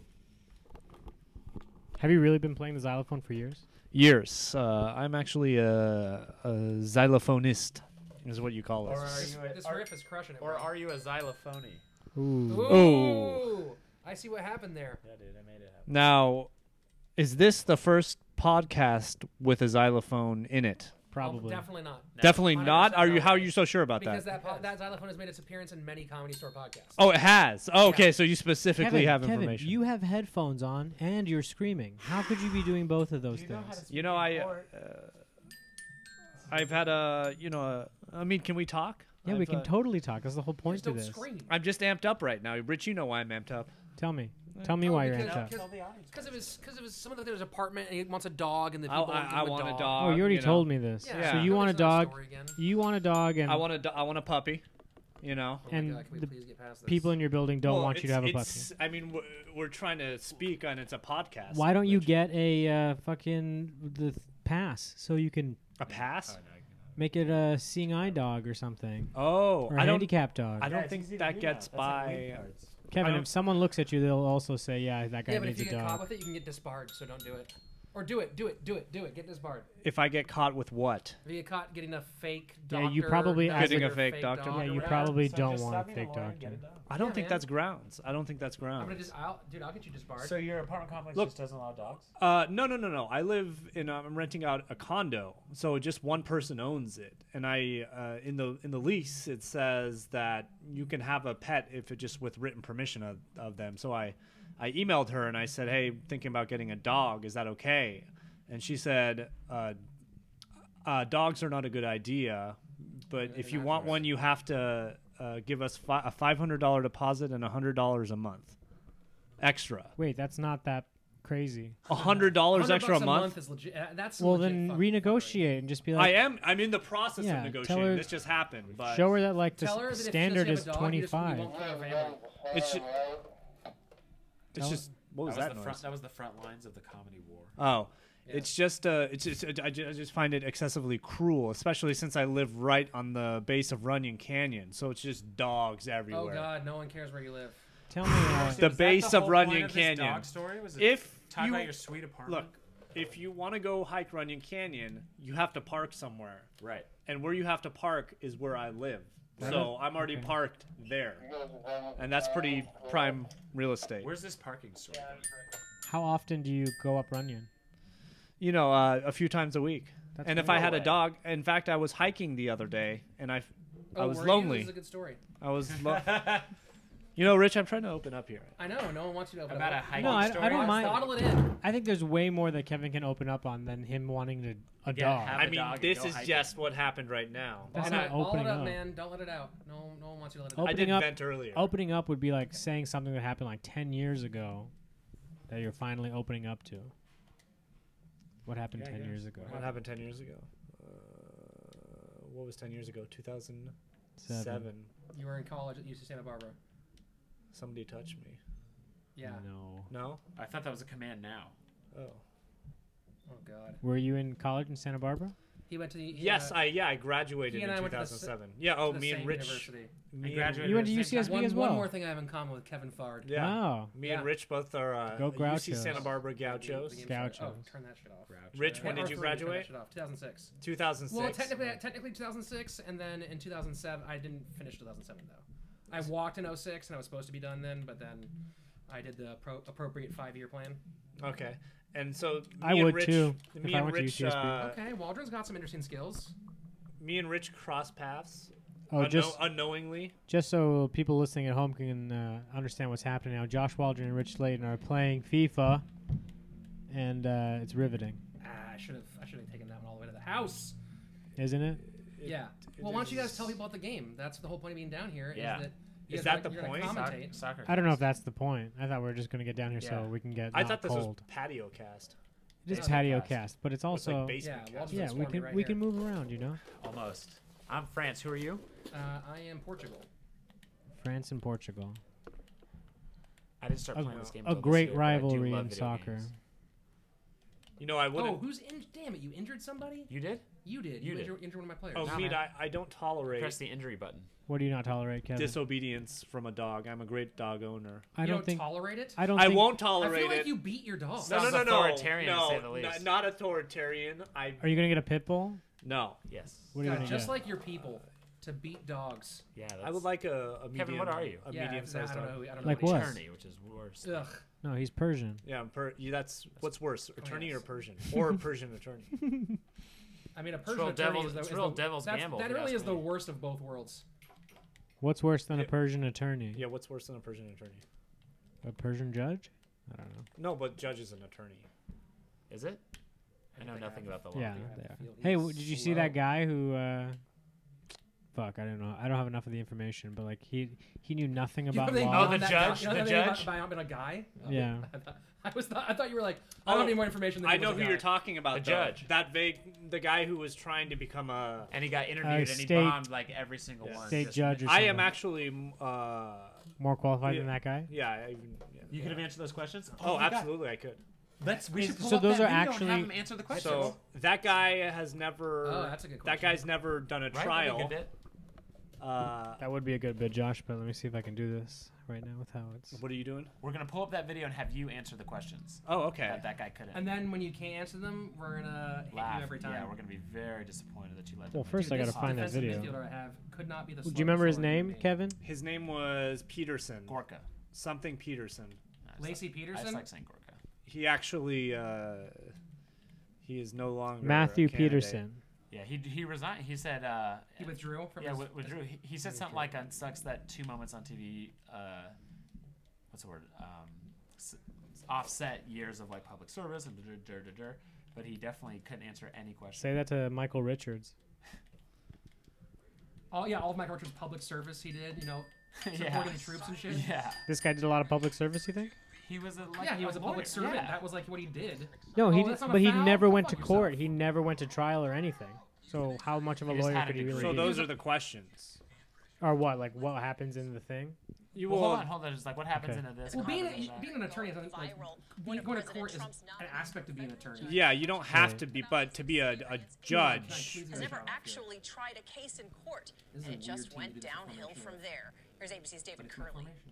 S1: Have you really been playing the xylophone for years?
S8: Years. Uh, I'm actually a, a xylophonist.
S2: is what you call
S8: Or
S2: us.
S8: are
S5: This,
S8: you a,
S5: this
S8: are,
S5: riff is crushing it.
S8: or
S5: bro.
S8: are you a xylophony?
S1: Ooh.
S5: Ooh. I see what happened there.
S8: Yeah, dude, I made it happen.
S11: Now, is this the first podcast with a xylophone in it?
S1: Probably.
S5: Oh, definitely not.
S11: Definitely not.
S5: 100%
S11: Are you?
S5: not.
S11: How are you so sure about
S5: because
S11: that?
S5: that po- that xylophone has made its appearance in many comedy store podcasts.
S11: Oh, it has. Oh, okay, so you specifically
S1: Kevin,
S11: have
S1: Kevin,
S11: information.
S1: you have headphones on and you're screaming. How could you be doing both of those
S8: Do you know how
S1: things?
S8: to
S11: You know, I,
S8: speak
S11: uh,
S8: or-
S11: I've had a, you know, a, I mean, can we talk?
S1: yeah, we
S11: I've,
S1: can
S11: uh,
S1: totally talk. That's the whole
S5: You
S1: point
S5: just
S1: of
S5: don't
S1: this.
S5: scream.
S11: I'm just amped up right now. Rich, you know why I'm amped up. Uh,
S1: Tell me. Tell
S11: Oh,
S1: me why you're
S5: because,
S1: amped up.
S5: Because, because of his, because of his, some of the, his apartment, and he wants a dog, and the
S11: I'll-
S5: people won't
S11: I-
S5: give
S11: I
S5: him
S11: want a
S5: dog.
S11: dog.
S1: Oh, you already
S11: you know.
S1: told me this.
S5: Yeah.
S1: So
S11: Yeah.
S1: you want a
S5: There's another
S1: dog?
S5: story again.
S1: You want a dog, and
S11: I want a, do- I want a puppy. You know,
S5: Oh my
S1: and
S5: God, can we
S1: the
S5: please get past this?
S1: people in your building don't
S11: Well,
S1: want you to have a
S11: it's-
S1: puppy.
S11: it's- I mean, we're, we're trying to speak on it's a podcast.
S1: Why don't you
S11: Rich.
S1: get a uh, fucking the th- pass so you can
S11: a pass?
S1: make it a seeing eye dog or something
S11: Oh,
S1: or a
S11: I don't.
S1: handicap dog?
S11: I don't think that gets by.
S1: Kevin,
S11: don't-
S1: if someone looks at you, they'll also say, "Yeah, that guy
S5: Yeah, but if
S1: needs
S5: you
S1: a
S5: get caught
S1: dog."
S5: with it, you can get disbarred. So don't do it. Or do it, do it, do it, do it. Get disbarred.
S11: if I get caught with what?
S5: If you get caught getting a fake doctor,
S1: Yeah, you probably
S5: nurse
S11: Getting
S5: or
S11: a fake doctor.
S5: dog
S1: Yeah,
S5: or
S1: you
S5: whatever.
S1: probably
S8: So
S1: don't
S8: just
S1: want
S8: stop
S1: a
S8: being
S1: fake
S8: lawyer and get
S1: doctor.
S8: it done.
S11: I don't
S5: Yeah,
S11: think
S5: man.
S11: that's grounds. I don't think that's
S5: I'm gonna
S11: grounds.
S5: just, I'll, dude, I'll get you disbarred. Oh,
S8: So your apartment complex
S11: Look-
S8: just doesn't allow dogs?
S11: Uh, no, no, no, no. I live in. Um, I'm renting out a condo, so just one person owns it. And I, uh, in the in the lease, it says that you can have a pet if it just with written permission of, of them. So I, I emailed her and I said, "Hey, thinking about getting a dog. Is that okay?" And she said, uh, uh, "Dogs are not a good idea, but if you want one, you have to uh, give us fi- a five hundred dollar deposit and hundred dollars a month, extra.
S1: Wait, that's not that crazy.
S11: hundred dollars
S5: 100
S11: extra
S5: bucks
S11: a month."
S5: is legit. uh, That's some
S1: Well,
S5: legit
S1: then
S5: fucking fuckery.
S1: renegotiate and just be like,
S11: I am. I'm in the process
S1: Yeah,
S11: of
S1: tell
S11: negotiating.
S1: her-
S11: this just happened, but
S1: show her that like the
S5: Tell her that
S1: s-
S5: if she
S1: standard
S5: doesn't
S1: is
S5: have a dog, you just- you
S1: 25.
S5: won't have a family.
S11: it's just, it's
S1: Tell-
S11: just what was
S8: that
S11: that,
S8: was the
S11: noise?
S8: front, that was the front lines of the comedy war.
S11: Oh, it's just uh, it's just I ju- I just find it excessively cruel, especially since I live right on the base of Runyon Canyon, so it's just dogs
S5: Oh
S11: everywhere.
S5: God, no one cares where you live.
S1: Tell me, uh,
S11: The base of Runyon Canyon.
S8: Dog story? Was it
S11: If
S8: talk
S11: you
S8: about your sweet apartment?
S11: look, if you want to go hike Runyon Canyon, you have to park somewhere,
S8: right.
S11: and where you have to park is where I live. So I'm already parked there, and that's pretty prime real estate.
S8: Where's this parking story?
S1: how often do you go up Runyon?
S11: you know, uh, a few times a week.
S1: That's
S11: and if
S1: cool.
S11: I had a
S8: way.
S11: dog, in fact, I was hiking the other day, and I, I
S5: Oh,
S11: was
S5: were you?
S11: lonely.
S5: This is a good story.
S11: I was, lo- you know, Rich, I'm trying to open up here.
S5: I know. No one wants you to open
S8: About a
S5: up.
S8: hiking
S1: No, I- I
S8: story?
S1: don't mind.
S5: Bottle it in.
S1: I think there's way more that Kevin can open up on than him wanting to a
S8: Yeah,
S1: dog.
S8: have-
S11: I
S8: a
S11: mean,
S8: dog and
S11: this
S8: go
S11: is
S8: hiking.
S11: just what happened right now.
S1: That's
S5: Bottle
S1: not
S5: it- bottle
S1: opening
S5: it up,
S1: up.
S5: man. Don't let it out. No, no one wants you to let it
S1: Open-
S5: out.
S11: I
S1: opening
S11: did
S1: up-
S11: vent earlier.
S1: opening up would be like saying something that happened like 10 years ago that you're finally opening up to. What happened
S11: Yeah, I
S1: 10
S11: guess.
S1: years ago?
S11: What happened ten years ago? Uh, what was ten years ago? Two thousand
S1: Seven.
S11: seven.
S5: You were in college at UC Santa Barbara.
S11: Somebody touched me.
S5: Yeah.
S1: No.
S11: No.
S8: I thought that was a command now.
S11: Oh.
S5: Oh God.
S1: Were you in college in Santa Barbara?
S5: He went to the. he,
S11: Yes,
S5: uh,
S11: I yeah I graduated
S5: he and
S11: in
S5: I
S11: two
S5: went to the sa-
S11: thousand seven. Yeah. Oh,
S5: the
S11: me and
S5: same
S11: Rich.
S5: University.
S11: Me and
S8: graduated
S1: You went to
S8: at the same
S1: UCSB
S8: time.
S5: One,
S1: as
S5: one
S1: well.
S5: more thing I have in common with Kevin Fard.
S11: Yeah.
S1: Wow.
S11: Me
S5: Yeah.
S11: and Rich both are uh,
S1: Go
S11: UC
S1: Grouchos.
S11: Santa Barbara
S5: The game- the
S11: Gauchos.
S5: game started-
S1: Gauchos.
S5: Oh, turn that shit off.
S11: Rich, when
S5: Yeah,
S11: did you
S5: or Ford, turn that
S11: graduate?
S5: shit off. 2006. Well,
S11: 2006.
S5: technically, technically 2006, and then in 2007, I didn't finish 2007 though. I walked in 06, and I was supposed to be done then, but then I did the appro appropriate five-year plan.
S11: Okay. And so me
S1: I
S11: and
S1: would
S11: Rich,
S1: too, if
S11: Me
S1: I
S11: and
S1: went to
S11: Rich,
S1: UCSB.
S11: uh,
S5: okay, Waldron's got some interesting skills.
S11: me and Rich cross paths.
S1: Oh,
S11: unknow-
S1: just
S11: unknowingly.
S1: just so people listening at home can uh, understand what's happening now. Josh Waldron and Rich Layton are playing FIFA, and uh, it's riveting,
S5: Ah, I should have, I should have taken that one all the way to the house.
S1: isn't it?
S5: yeah. well, why don't you guys tell people about the game? That's the whole point of being down here.
S8: Yeah.
S5: Is that you
S11: Is
S5: guys
S11: that
S5: are-
S11: the
S5: you're gonna
S11: point?
S5: Commentate.
S8: Soccer.
S1: I don't know if that's the point. I thought we were just going to get down here so
S8: Yeah.
S1: we can get
S11: I
S1: not
S11: thought this was
S1: cold.
S11: patio cast.
S1: It is
S5: basement
S1: patio
S8: cast.
S1: cast, but it's
S11: It's like
S1: also
S11: basement
S5: Yeah,
S11: cast.
S5: well-
S1: yeah. We
S5: Transformed
S1: can
S5: right
S1: we
S5: here.
S1: can move around, you know.
S8: Almost. I'm France. Who are you?
S5: Uh, I am Portugal.
S1: France and Portugal,
S8: I didn't start
S1: A-
S8: playing this game.
S1: a
S8: until this
S1: great
S8: year, but I do
S1: rivalry
S8: love
S1: in
S8: video
S1: soccer.
S8: games.
S11: You know, I
S5: Oh,
S11: wouldn't.
S5: who's in? Damn it! You injured somebody?
S8: You did?
S5: You did.
S8: You
S5: You,
S8: did.
S5: injured, injured one of my players.
S11: Oh,
S8: Nah,
S11: meat,
S8: man.
S11: I, I don't tolerate
S8: Press the injury button.
S1: What do you not tolerate, Kevin?
S11: disobedience from a dog. I'm a great dog owner.
S1: I
S5: you
S1: don't
S5: don't
S1: think
S5: tolerate it.
S1: I don't.
S11: I
S1: think,
S11: won't
S5: I
S11: tolerate
S5: feel like
S11: it.
S5: you beat your dog.
S11: no, no,
S8: Sounds
S11: no, no,
S8: authoritarian, to
S11: no,
S8: say the least.
S11: Not, not authoritarian. I
S1: Are you going to get a pit bull?
S11: no.
S8: Yes.
S1: What are you
S5: God,
S1: going to
S5: just
S1: get?
S5: like your people. to beat dogs.
S8: Yeah,
S11: I would like a, a medium.
S8: Kevin, what are you?
S11: A
S8: Yeah,
S11: medium-sized
S8: I don't
S11: dog.
S8: know- I don't
S1: Like what?
S8: Attorney, which is worse.
S5: Ugh. Oh,
S1: No, he's Persian.
S11: Yeah, I'm per- yeah, that's, what's worse, attorney or
S5: yes.
S11: Persian, or a Persian attorney.
S5: I mean, a
S8: It's real
S5: Persian attorney
S8: devil-
S5: is the,
S8: it's
S5: is
S8: real
S5: the-
S8: devil's
S5: that's-
S8: gamble, if
S5: That
S8: you
S5: really
S8: ask
S5: is the
S8: me.
S5: worst of both worlds.
S1: What's worse than a Persian attorney?
S11: Yeah, what's worse than a Persian attorney?
S1: A Persian judge? I don't know.
S11: No, but judge is an attorney.
S8: Is it? I know nothing about the law.
S1: Yeah,
S8: here.
S1: they are.
S5: feel
S1: Hey,
S5: he's
S1: w- did you see that guy who? Uh, fuck, I don't know. I don't have enough of the information, but like he he knew nothing about
S5: think
S1: law.
S8: Oh, the
S5: that-
S8: judge?
S5: you know
S8: The
S5: that thing about-
S8: judge?
S5: By not being a guy. Oh,
S1: Yeah.
S5: I, thought, I was. Not, I thought you were like. I don't
S11: Oh,
S5: have any more information. Than
S11: I
S5: he was
S11: know
S5: a
S11: who
S5: guy.
S11: you're talking about.
S8: The
S11: though.
S8: judge.
S11: That vague, the guy who was trying to become a.
S8: And he got interviewed and he
S1: Uh, state-
S8: bombed like every single one.
S1: State
S8: just-
S1: judge. Or
S11: I am
S1: something.
S11: actually. mm, Uh,
S1: more qualified
S11: Yeah.
S1: than that guy.
S11: yeah, I even. Yeah,
S8: You
S11: yeah.
S8: could have answered those questions.
S11: Oh,
S8: my God.
S11: absolutely, I could.
S8: Let's. We should
S1: So
S8: pull up
S1: those
S8: that video
S1: are
S8: and have
S1: actually-
S8: him answer the questions.
S11: So that guy has never.
S5: Oh, that's a good
S11: That
S5: question.
S11: guy's never done a
S8: Right? That'd be a
S11: trial.
S8: good bit.
S11: Uh,
S1: That would be a good bid, Josh. But let me see if I can do this right now with how it's.
S11: what are you doing?
S8: We're gonna pull up that video and have you answer the questions
S11: Oh, okay.
S8: that that guy couldn't.
S5: And then when you can't answer them, we're gonna hit
S8: Laugh.
S5: you every time.
S8: Yeah, we're gonna be very disappointed that you let.
S1: Well,
S8: them
S1: first
S5: Dude,
S1: I gotta
S5: this
S1: find that
S5: defensive
S1: video. Do
S5: midfielder I have could not be the
S1: you
S5: slowest
S1: remember his
S5: forward in
S1: name,
S5: the game.
S1: Kevin?
S11: His name was Peterson.
S8: Gorka.
S11: Something Peterson.
S8: I just
S5: Lacey
S8: like- I
S5: Peterson?
S8: just like saying Gorka.
S11: He actually. Uh, he is no longer. a
S1: Matthew
S11: candidate.
S1: Peterson.
S8: Yeah, he he resigned. He said. Uh,
S5: He withdrew from
S8: Yeah,
S5: his.
S8: with, withdrew. He, he said something like, "It sucks that two moments on TV, uh, what's the word, um, s- offset years of like public service and der, der, der, der, But he definitely couldn't answer any question.
S1: Say that to Michael Richards.
S5: all yeah, all of Michael Richards' public service he did. You know, supporting
S8: yeah.
S5: the troops and shit.
S8: Yeah,
S1: This guy did a lot of public service. You think?
S8: he was a like,
S5: Yeah, he was a
S8: lawyer.
S5: public servant.
S8: Yeah.
S5: That was like what he did.
S1: No, he
S5: Oh,
S1: did,
S5: that's not a
S1: but he
S5: foul?
S1: never
S5: Go
S1: went to
S5: fuck
S1: court.
S5: yourself.
S1: He never went to trial or anything. So how much of a
S8: He just
S1: lawyer
S8: had
S1: could
S8: a
S1: he really
S8: degree.
S11: So
S1: be?
S11: those are the questions.
S1: or what? Like what happens in the thing?
S11: You
S8: well,
S11: will.
S8: hold on, hold on. It's like what happens
S1: Okay.
S8: into this.
S5: Well,
S8: what
S5: being,
S8: happens
S5: a,
S8: into that.
S5: being an attorney is like, being, going to court is an aspect of being an attorney.
S11: Yeah, you don't have
S1: Right.
S11: to be, but to be a, a judge.
S5: Please
S12: has
S5: make
S12: never
S5: it.
S12: actually tried a case in court,
S5: This is
S12: and
S5: a
S12: it
S5: weird
S12: just
S5: team to do
S12: went
S5: this
S12: downhill
S5: information
S12: from
S5: with.
S12: there. Here's ABC's
S5: But
S12: David
S5: it's
S12: Curley.
S5: information.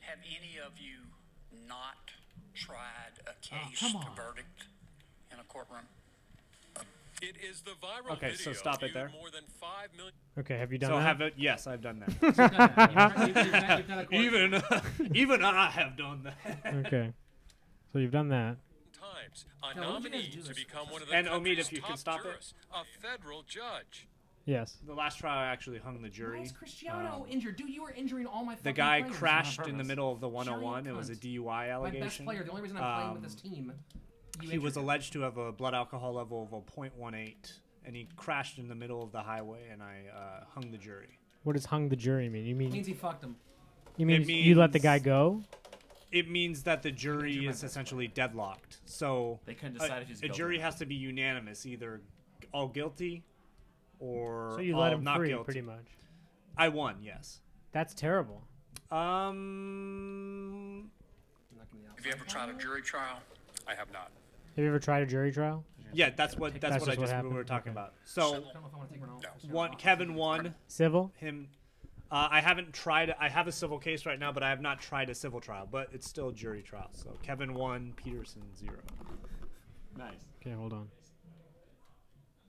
S13: Have any of you not tried
S6: Oh,
S13: a case
S8: come
S13: to
S8: on.
S13: verdict in a courtroom?
S14: It is the viral
S11: Okay, so stop it
S14: viewed
S11: there.
S14: More than 5 million
S1: Okay, have you done
S11: So
S1: that?
S11: have it. Yes, I've done that.
S5: You've done that. You've- you've done- you've done a court.
S11: even even I have done that.
S1: okay, so you've done that.
S14: times. A
S5: No, what did you
S14: nominee
S5: guys do
S14: to
S5: this
S14: become
S5: for?
S14: one of the
S11: And Omid,
S14: country's
S11: if you
S14: top
S11: can stop it.
S14: jurists, a federal judge.
S1: Yes.
S11: The last trial, I actually hung the
S5: Why
S11: jury. Um,
S5: is Cristiano injured? Dude, you were injuring all my.
S11: The
S5: fucking
S11: guy
S5: players.
S11: crashed in the
S8: purpose.
S11: middle of the 101.
S5: Giant
S11: It was a
S5: cunt.
S11: DUI
S5: My
S11: allegation.
S5: best player. The only reason I'm playing with
S11: Um,
S5: this team. you
S11: He was
S5: injured.
S11: alleged to have a blood alcohol level of a 0.18, and he crashed in the middle of the highway, and I uh, hung the jury.
S1: What does hung the jury mean? You mean
S5: Means he fucked him.
S1: you mean
S11: It
S1: you let the
S11: means-
S1: guy go?
S11: It means that the jury is essentially deadlocked. So
S8: They couldn't
S11: a-
S8: decide if he's
S11: a
S8: guilty or
S11: jury
S8: not.
S11: has to be unanimous, either all guilty or
S1: So you
S11: all
S1: let him
S11: not
S1: free,
S11: guilty.
S1: pretty much.
S11: I won, yes.
S1: That's terrible.
S11: Um,
S13: Have you ever tried a jury trial?
S14: I have not.
S1: Have you ever tried a jury trial?
S11: yeah, that's what that's,
S1: That's
S11: what I
S1: just what
S11: just we
S1: happened?
S11: were talking
S1: Okay.
S11: about. So
S5: I don't know if I want to take one off.
S11: one Kevin won
S1: Civil?
S11: him. Uh, I haven't tried. I have a civil case right now, but I have not tried a civil trial. But it's still a jury trial. So Kevin one, Peterson zero.
S8: nice.
S1: Okay, hold on.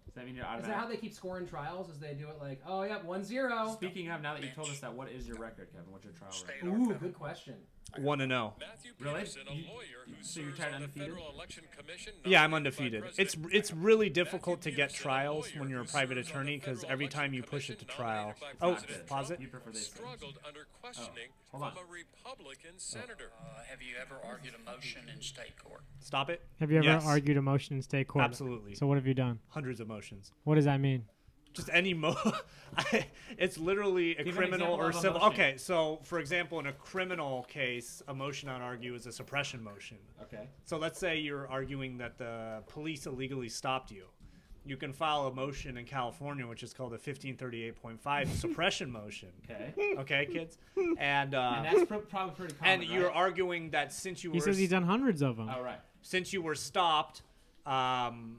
S8: Does that mean you're
S5: Is that how
S8: automatic?
S5: they keep scoring trials? Is they do it like, oh yeah, one zero.
S8: Speaking of, now that you told us that, what is your record, Kevin? What's your trial
S13: State
S8: record?
S13: or
S5: Ooh,
S13: federal?
S5: good question.
S11: One and oh. zero.
S14: Matthew
S8: Really?
S14: Peterson, a
S8: You-
S14: lawyer
S8: you-
S14: who
S8: so you're
S14: serves
S8: tired
S14: on the
S8: undefeated?
S14: Federal Election Commission.
S11: Yeah,
S14: nominated
S11: I'm
S14: by
S11: undefeated. It's
S14: President
S11: it's
S14: Trump.
S11: really difficult to
S14: Matthew
S11: get
S14: Peterson, a
S11: trials
S14: lawyer
S11: when you're a
S14: who
S11: private
S14: serves on the
S11: attorney because
S14: Federal
S11: every time you
S14: Election
S11: push it to
S14: Commission
S11: trial.
S14: nominated by
S11: Oh,
S14: President
S11: pause it.
S8: You prefer they say.
S14: Struggled under questioning
S8: hold on.
S14: from a Republican senator.
S13: Uh, have you ever argued a motion in state court?
S11: Stop it.
S1: Have you ever
S11: Yes.
S1: argued a motion in state court?
S11: Absolutely.
S1: So what have you done?
S11: Hundreds of motions.
S1: What does that mean?
S11: just any mo I- it's literally a
S8: Give an
S11: criminal
S8: example
S11: or
S8: of a
S11: civil
S8: motion.
S11: okay so for example in a criminal case a motion on argue is a suppression motion
S8: Okay.
S11: so let's say you're arguing that the police illegally stopped you you can file a motion in california which is called a 1538.5 suppression motion
S8: Okay.
S11: okay kids and
S8: And
S11: uh
S8: that's pr- probably pretty common.
S11: and you're
S8: right?
S11: arguing that since you
S1: He
S11: were
S1: says he's done hundreds of them.
S8: All right.
S11: since you were stopped, um,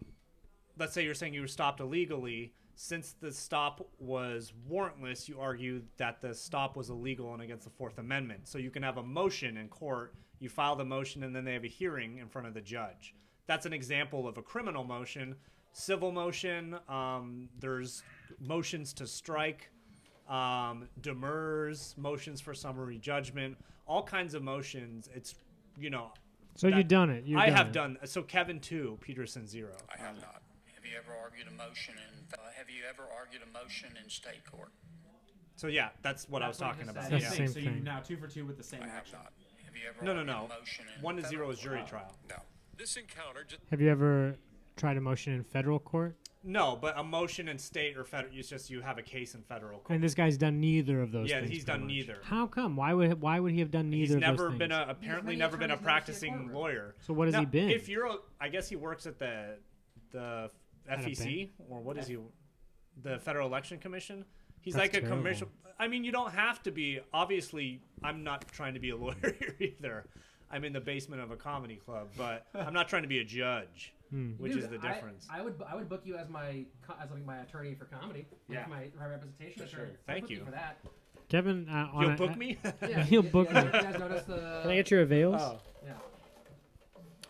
S11: let's say you're saying you were stopped illegally. Since the stop was warrantless, you argue that the stop was illegal and against the Fourth Amendment. So you can have a motion in court. You file the motion, and then they have a hearing in front of the judge. That's an example of a criminal motion. civil motion. Um, there's motions to strike, um, demurs, motions for summary judgment, all kinds of motions. It's you know.
S1: So you've done it. You've
S11: I
S1: done
S11: have
S1: it.
S11: done. So Kevin two, Peterson zero.
S13: I have not. Have you ever argued a motion in, uh, have you ever argued a motion in state court?
S11: So yeah, that's what I was
S8: That's what I
S11: talking
S8: just
S11: about.
S8: said.
S11: yeah.
S8: That's the same So you're thing. now two for two with the same action.
S13: Have you ever
S11: No, no,
S13: argued
S11: no.
S13: a motion in
S11: One to
S13: federal
S11: zero is jury
S13: court?
S11: trial.
S14: No. This encounter just
S1: Have you ever tried a motion in federal court?
S11: No, but a motion in state or federal. It's just you have a case in federal court.
S1: And this guy's done neither of those
S11: yeah,
S1: things.
S11: he's
S1: pretty
S11: done
S1: much.
S11: neither.
S1: How come? Why would why would he have done neither
S11: He's
S1: of those
S11: never
S1: things?
S11: been a apparently never been a practicing lawyer.
S1: So what has
S11: Now,
S1: he been?
S11: If you're, a, I guess he works at the the
S1: At a
S11: FEC
S1: bank?
S11: or what is he? The Federal Election Commission. He's
S1: That's
S11: like a
S1: terrible.
S11: commercial. I mean, you don't have to be. Obviously, I'm not trying to be a lawyer here either. I'm in the basement of a comedy club, but I'm not trying to be a judge,
S1: Hmm.
S11: which
S5: Dude,
S11: is the
S5: I-
S11: difference.
S5: I, would I would book you as my co- as like my attorney for comedy. like
S11: Yeah.
S5: my, my representation
S11: For
S5: attorney.
S11: sure.
S5: I'd
S11: Thank
S5: book you
S11: you.
S5: for that.
S1: Kevin, uh, on
S11: You'll
S1: a-
S11: book me?
S5: Yeah,
S1: he'll
S5: yeah,
S1: book
S5: yeah,
S1: me.
S5: you guys noticed the-
S1: Can I get your avails?
S11: Oh.
S5: Yeah.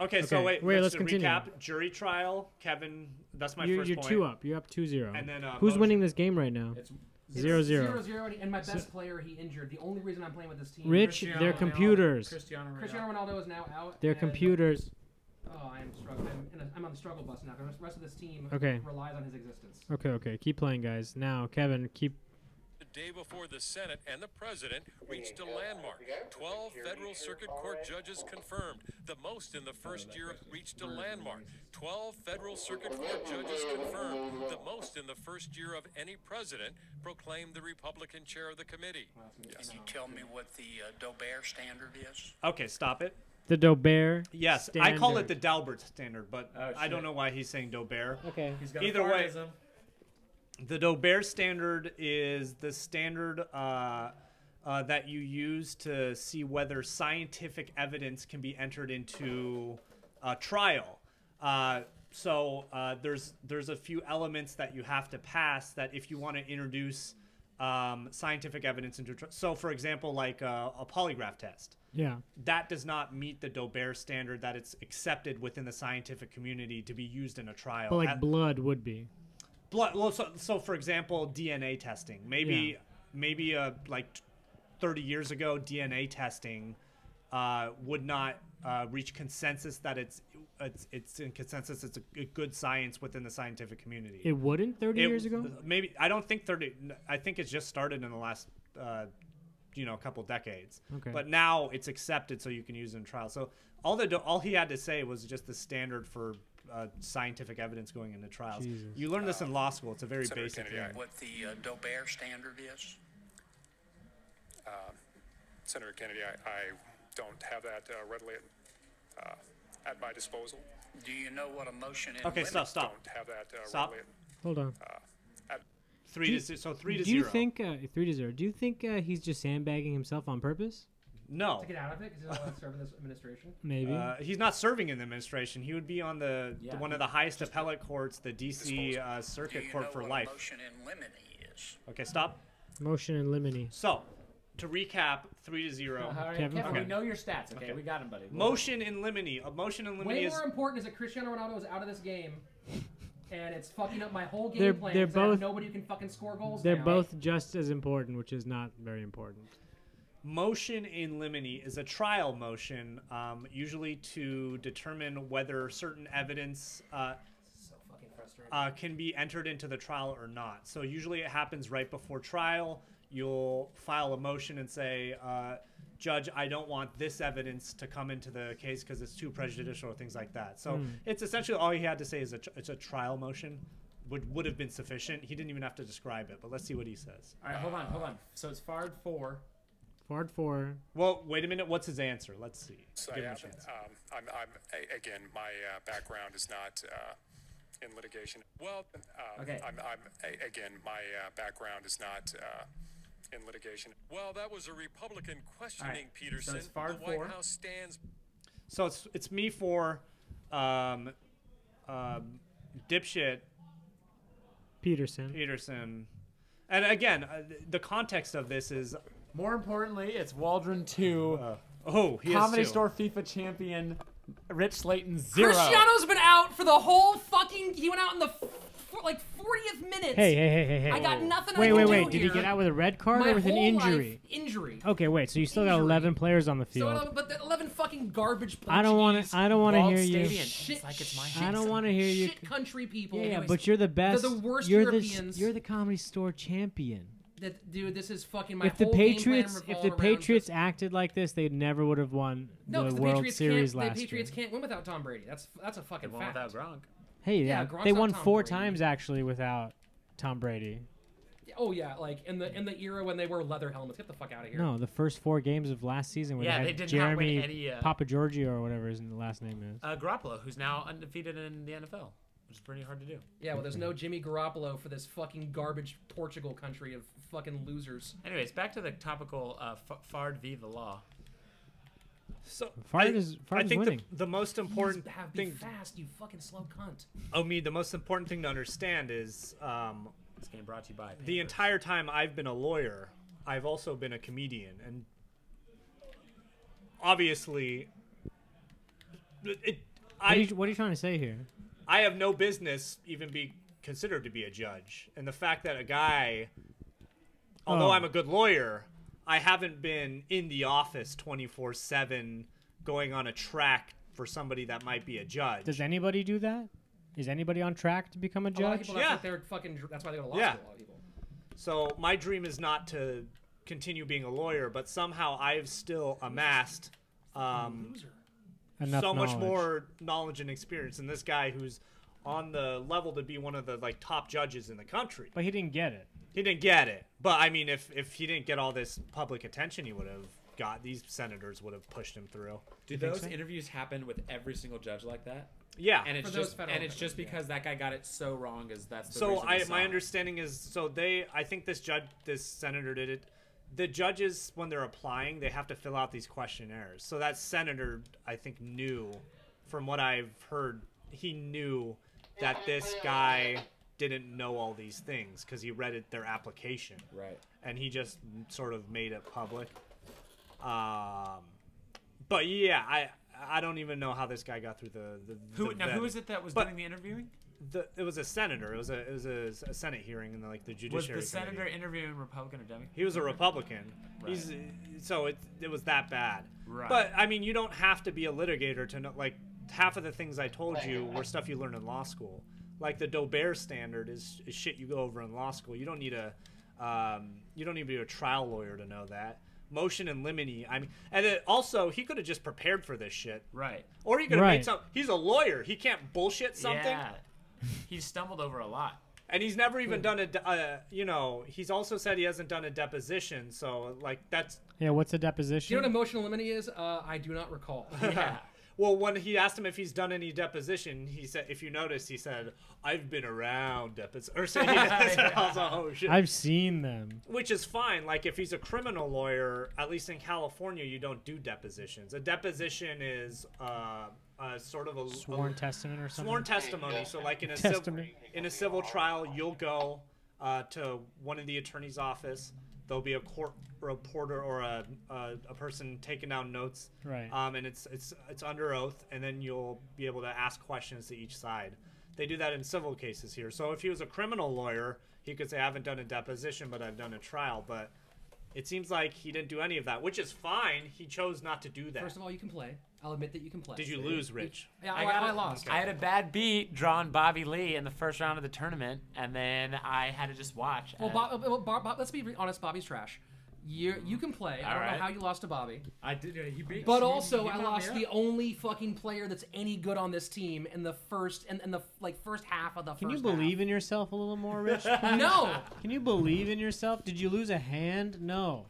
S11: Okay, so
S1: Okay,
S11: wait.
S1: wait,
S11: let's,
S1: let's continue.
S11: recap. Jury trial. Kevin. That's my
S1: you're
S11: 1st
S1: you're
S11: point.
S1: two up. You're up two zero.
S11: And then, uh,
S1: Who's
S11: motion.
S1: winning this game right now?
S11: It's-
S1: zero zero.
S5: Zero zero, and- and my best player he injured. The only reason I'm playing with this team.
S1: Rich, their Cristiano Ronaldo- computers.
S5: Cristiano
S1: Cristiano
S5: Ronaldo.
S1: Ronaldo.
S5: is now out.
S1: Their
S5: and-
S1: computers.
S5: Oh, I am struggling. I'm, in a, I'm on the struggle bus now. 'cause The rest of this team
S1: Okay.
S5: relies on his existence.
S1: Okay, okay. Keep playing, guys. Now, Kevin, keep.
S14: the day before the Senate and the President reached a landmark. Twelve federal circuit court judges confirmed, the most in the first year reached a landmark. Twelve federal circuit court judges confirmed, the most in the first year of any president proclaimed the Republican chair of the committee.
S13: Can you tell me what the uh, Dober standard is?
S11: Okay, stop it.
S1: The Dober.
S11: Yes, I call it the Dalbert standard, but
S13: Oh,
S11: I don't
S13: shit.
S11: know why he's saying Dober.
S1: Okay.
S13: He's
S9: got a
S11: Either way,
S9: fartism.
S11: the Dober standard is the standard uh, uh, that you use to see whether scientific evidence can be entered into a trial. Uh, so uh, there's there's a few elements that you have to pass that if you want to introduce um, scientific evidence into tri- so for example like uh, a polygraph test
S1: Yeah.
S11: that does not meet the Dober standard that it's accepted within the scientific community to be used in a trial.
S1: But like
S11: At-
S1: blood would be.
S11: blood. Well, so, so for example, DNA testing. Maybe
S1: Yeah.
S11: maybe uh, like t- 30 years ago, DNA testing uh, would not uh, reach consensus that it's it's it's in consensus. It's a, a good science within the scientific community.
S1: It wouldn't 30
S11: It-
S1: years ago?
S11: Maybe I don't think 30. n- I think it's just started in the last. Uh, you know, couple decades,
S1: Okay.
S11: but now it's accepted, so you can use it in trial. So all the do- all he had to say was just the standard for uh, scientific evidence going into trials.
S1: Jesus.
S11: You learn this in law school. It's a very
S13: Senator
S11: basic
S13: Kennedy,
S11: thing.
S13: What the uh, Dober standard is?
S14: Uh, Senator Kennedy, I, I don't have that uh, readily at, uh, at my disposal.
S13: Do you know what a motion in
S11: Okay,
S13: women-
S11: stop, stop.
S14: Don't have that uh,
S11: Stop.
S14: readily
S1: Hold on.
S14: at,
S11: Uh, Three
S1: Do
S11: to
S1: you-
S11: zero. So three to
S1: do
S11: zero.
S1: you think uh, three to zero? Do you think uh, he's just sandbagging himself on purpose?
S11: No.
S5: To get out of it because he doesn't want to serve in this administration.
S1: Maybe.
S11: Uh, he's not serving in the administration. He would be on the, the
S5: Yeah.
S11: one of the highest appellate courts, the D.C. Uh, Circuit Court for life.
S13: Motion in limine is.
S11: Okay, stop.
S1: Motion and limine.
S11: So, to recap, three to zero.
S8: All right, Kevin, we know your stats. Okay, we got him, buddy.
S11: Motion in limine. A motion in limine
S5: Way
S11: is
S5: more important is that Cristiano Ronaldo is out of this game, and it's fucking up my whole game
S1: They're-
S5: plan.
S1: they're
S5: 'cause I have
S1: both-
S5: nobody who can fucking score goals.
S1: They're
S5: now.
S1: both just as important, which is not very important.
S11: Motion in limine is a trial motion, um, usually to determine whether certain evidence uh, uh, can be entered into the trial or not. So usually it happens right before trial. You'll file a motion and say, uh, Judge, I don't want this evidence to come into the case because it's too prejudicial or things like that. So
S1: Hmm.
S11: it's essentially all he had to say is a tr- it's a trial motion. Would, would have been sufficient. He didn't even have to describe it, but let's see what he says.
S8: All right, hold on, hold on. So it's Fard four.
S1: Ford four.
S11: Well, wait a minute. What's his answer? Let's see.
S14: So I
S11: Give him a
S14: have,
S11: chance.
S14: um, I'm, I'm, a- again, my uh, background is not uh, in litigation. Well, um,
S8: Okay.
S14: I'm, I'm, a- again, my uh, background is not uh, in litigation. Well, that was a Republican questioning,
S8: All right, so
S14: Peterson.
S8: it's Favre
S14: the White
S8: four.
S14: House stands
S11: So it's it's me for, um, um, dipshit
S1: Peterson.
S11: Peterson, and again uh, th- the context of this is
S8: More importantly, it's Waldron two.
S11: oh he has
S8: Comedy
S11: two.
S8: Store FIFA champion Rich Slayton zero.
S5: Cristiano's been out for the whole fucking. He went out in the f- f- like 40th minute.
S1: Hey, hey, hey, hey, hey.
S5: I got nothing.
S1: Wait,
S5: I can
S1: wait,
S5: do
S1: wait. Did he
S5: here.
S1: get out with a red card
S5: My
S1: or with an
S5: whole
S1: injury?
S5: life, injury.
S1: Okay, wait. So you still got 11 players on the field.
S5: So, but the 11 fucking garbage.
S1: I don't want
S5: Portuguese
S1: to. I don't want to
S5: bald
S1: hear you.
S5: stadium. Shit, like it's my
S1: I don't want to hear you.
S5: Shit country people.
S1: Yeah,
S5: Anyways,
S1: but you're the best.
S5: They're the worst
S1: you're
S5: Europeans.
S1: The, you're the comedy store champion.
S5: that, dude, this is fucking my
S1: if the
S5: whole game plan
S1: Patriots, if
S5: revolved
S1: the
S5: around
S1: Patriots acted like this, they never would have won
S5: No,
S1: the
S5: because the
S1: World
S5: Patriots
S1: Series
S5: can't.
S1: last
S5: the
S1: year.
S5: Patriots can't win without Tom Brady. That's that's a fucking
S9: won
S5: fact.
S9: without Gronk.
S1: Hey, yeah,
S5: yeah, Gronk's
S1: they
S5: not
S1: won
S5: Tom
S1: four
S5: Brady.
S1: times actually without Tom Brady.
S5: Oh yeah, like in the in the era when they wore leather helmets. Get the fuck out of here.
S1: No, the first four games of last season where
S5: Yeah,
S1: they
S5: they
S1: had
S5: did
S8: not win
S1: Jeremy
S8: any, uh,
S1: Papa Giorgio or whatever his last name is.
S8: Uh, Garoppolo, who's now undefeated in the NFL, which is pretty hard to do.
S5: Yeah, well, there's no Jimmy Garoppolo for this fucking garbage Portugal country of fucking losers.
S8: Anyways, back to the topical uh, F- Fard v. the law.
S11: So
S1: Favre
S11: I,
S1: is- Favre
S11: I
S1: is
S11: think the,
S1: winning.
S11: the most important
S5: Have be
S11: thing
S5: fast, you fucking slow cunt.
S11: Oh, me. The most important thing to understand is um,
S8: this game brought to you by
S11: the entire time I've been a lawyer, I've also been a comedian, and obviously, it, it-
S1: What
S11: I
S1: are, you, what are you trying to say here?
S11: I have no business even be considered to be a judge, and the fact that a guy, although
S1: Oh.
S11: I'm a good lawyer, I haven't been in the office twenty four seven going on a track for somebody that might be a judge.
S1: Does anybody do that? Is anybody on track to become a
S5: A lot of
S1: judge?
S5: people, that's what they're fucking. dr- That's why they go to law
S11: Yeah.
S5: school. A lot of people.
S11: So my dream is not to continue being a lawyer, but somehow I've still amassed um,
S1: Enough
S11: so much
S1: knowledge.
S11: more knowledge and experience than this guy who's on the level to be one of the like top judges in the country.
S1: But he didn't get it.
S11: He didn't get it. But I mean, if if he didn't get all this public attention, he would have got these senators would have pushed him through.
S15: Do those interviews happen with every single judge like that?
S11: Yeah.
S15: and it's
S11: For those
S15: just
S11: federal
S15: and it's just because that guy got it so wrong is that's the
S11: so
S15: reason they
S11: I,
S15: saw
S11: my
S15: it.
S11: understanding is so they i think this judge this senator did it the judges when they're applying they have to fill out these questionnaires so that senator i think knew from what i've heard he knew that this guy didn't know all these things because he read it their application
S15: right
S11: and he just sort of made it public um but yeah i i don't even know how this guy got through the, the
S15: Who
S11: the
S15: now? Who
S11: vetting.
S15: is it that was
S11: But-
S15: doing the interviewing?
S11: the, it was a senator. It was a it was a, a Senate hearing and like the
S15: Was
S11: judiciary.
S15: the
S11: committee.
S15: senator interviewing Republican or Democrat?
S11: He was a Republican.
S15: Right.
S11: He's so it it was that bad.
S15: Right.
S11: But I mean, you don't have to be a litigator to know. Like half of the things I told you were stuff you learned in law school. Like the Dober standard is, is shit you go over in law school. You don't need a um, you don't need to be a trial lawyer to know that. Motion and limine. I mean, and it, also he could have just prepared for this shit.
S15: Right.
S11: Or he could have
S1: Right.
S11: made some. He's a lawyer. He can't bullshit something.
S15: Yeah. He stumbled over a lot.
S11: And he's never even done a, de- uh, you know, he's also said he hasn't done a deposition. So, like, that's.
S1: Yeah, what's a
S5: Do you know
S1: deposition?
S5: what emotional limine is? Uh, I do not recall.
S11: well, when he asked him if he's done any deposition, he said, if you notice, he said, I've been around deposition. Or so he said, I was like, oh, shit.
S1: I've seen them.
S11: Which is fine. Like, if he's a criminal lawyer, at least in California, you don't do depositions. A deposition is uh, uh, sort of a
S1: Sworn
S11: a,
S1: testament or something.
S11: sworn testimony. So, like in a civil,
S1: Testament.
S11: in a civil trial, you'll go uh, to one of the attorney's office. There'll be a court reporter or a, a, a person taking down notes,
S1: Right.
S11: Um, and it's it's it's under oath, and then you'll be able to ask questions to each side. They do that in civil cases here. So if he was a criminal lawyer, he could say, "I haven't done a deposition, but I've done a trial." But it seems like he didn't do any of that, which is fine. He chose not to do that.
S5: First of all, you can play. I'll admit that you can play.
S11: Did you lose, Rich?
S5: Yeah, I,
S15: got
S5: I
S15: a-
S5: lost.
S15: I had a bad beat drawn Bobby Lee in the first round of the tournament, and then I had to just watch.
S5: Well,
S15: and-
S5: Bob, well Bob, Bob, let's be re- honest. Bobby's trash. You you can play. I
S15: All
S5: don't
S15: right.
S5: know how you lost to Bobby.
S15: I did. Uh, he beat.
S5: But
S15: he-
S5: also,
S15: he
S5: I
S15: brought me
S5: lost
S15: up.
S5: the only fucking player that's any good on this team in the first and in, the like first half of the
S1: Can you
S5: first.
S1: believe in yourself a little more, Rich? please?
S5: No.
S1: Can you believe in yoase Did you lose a hand? No.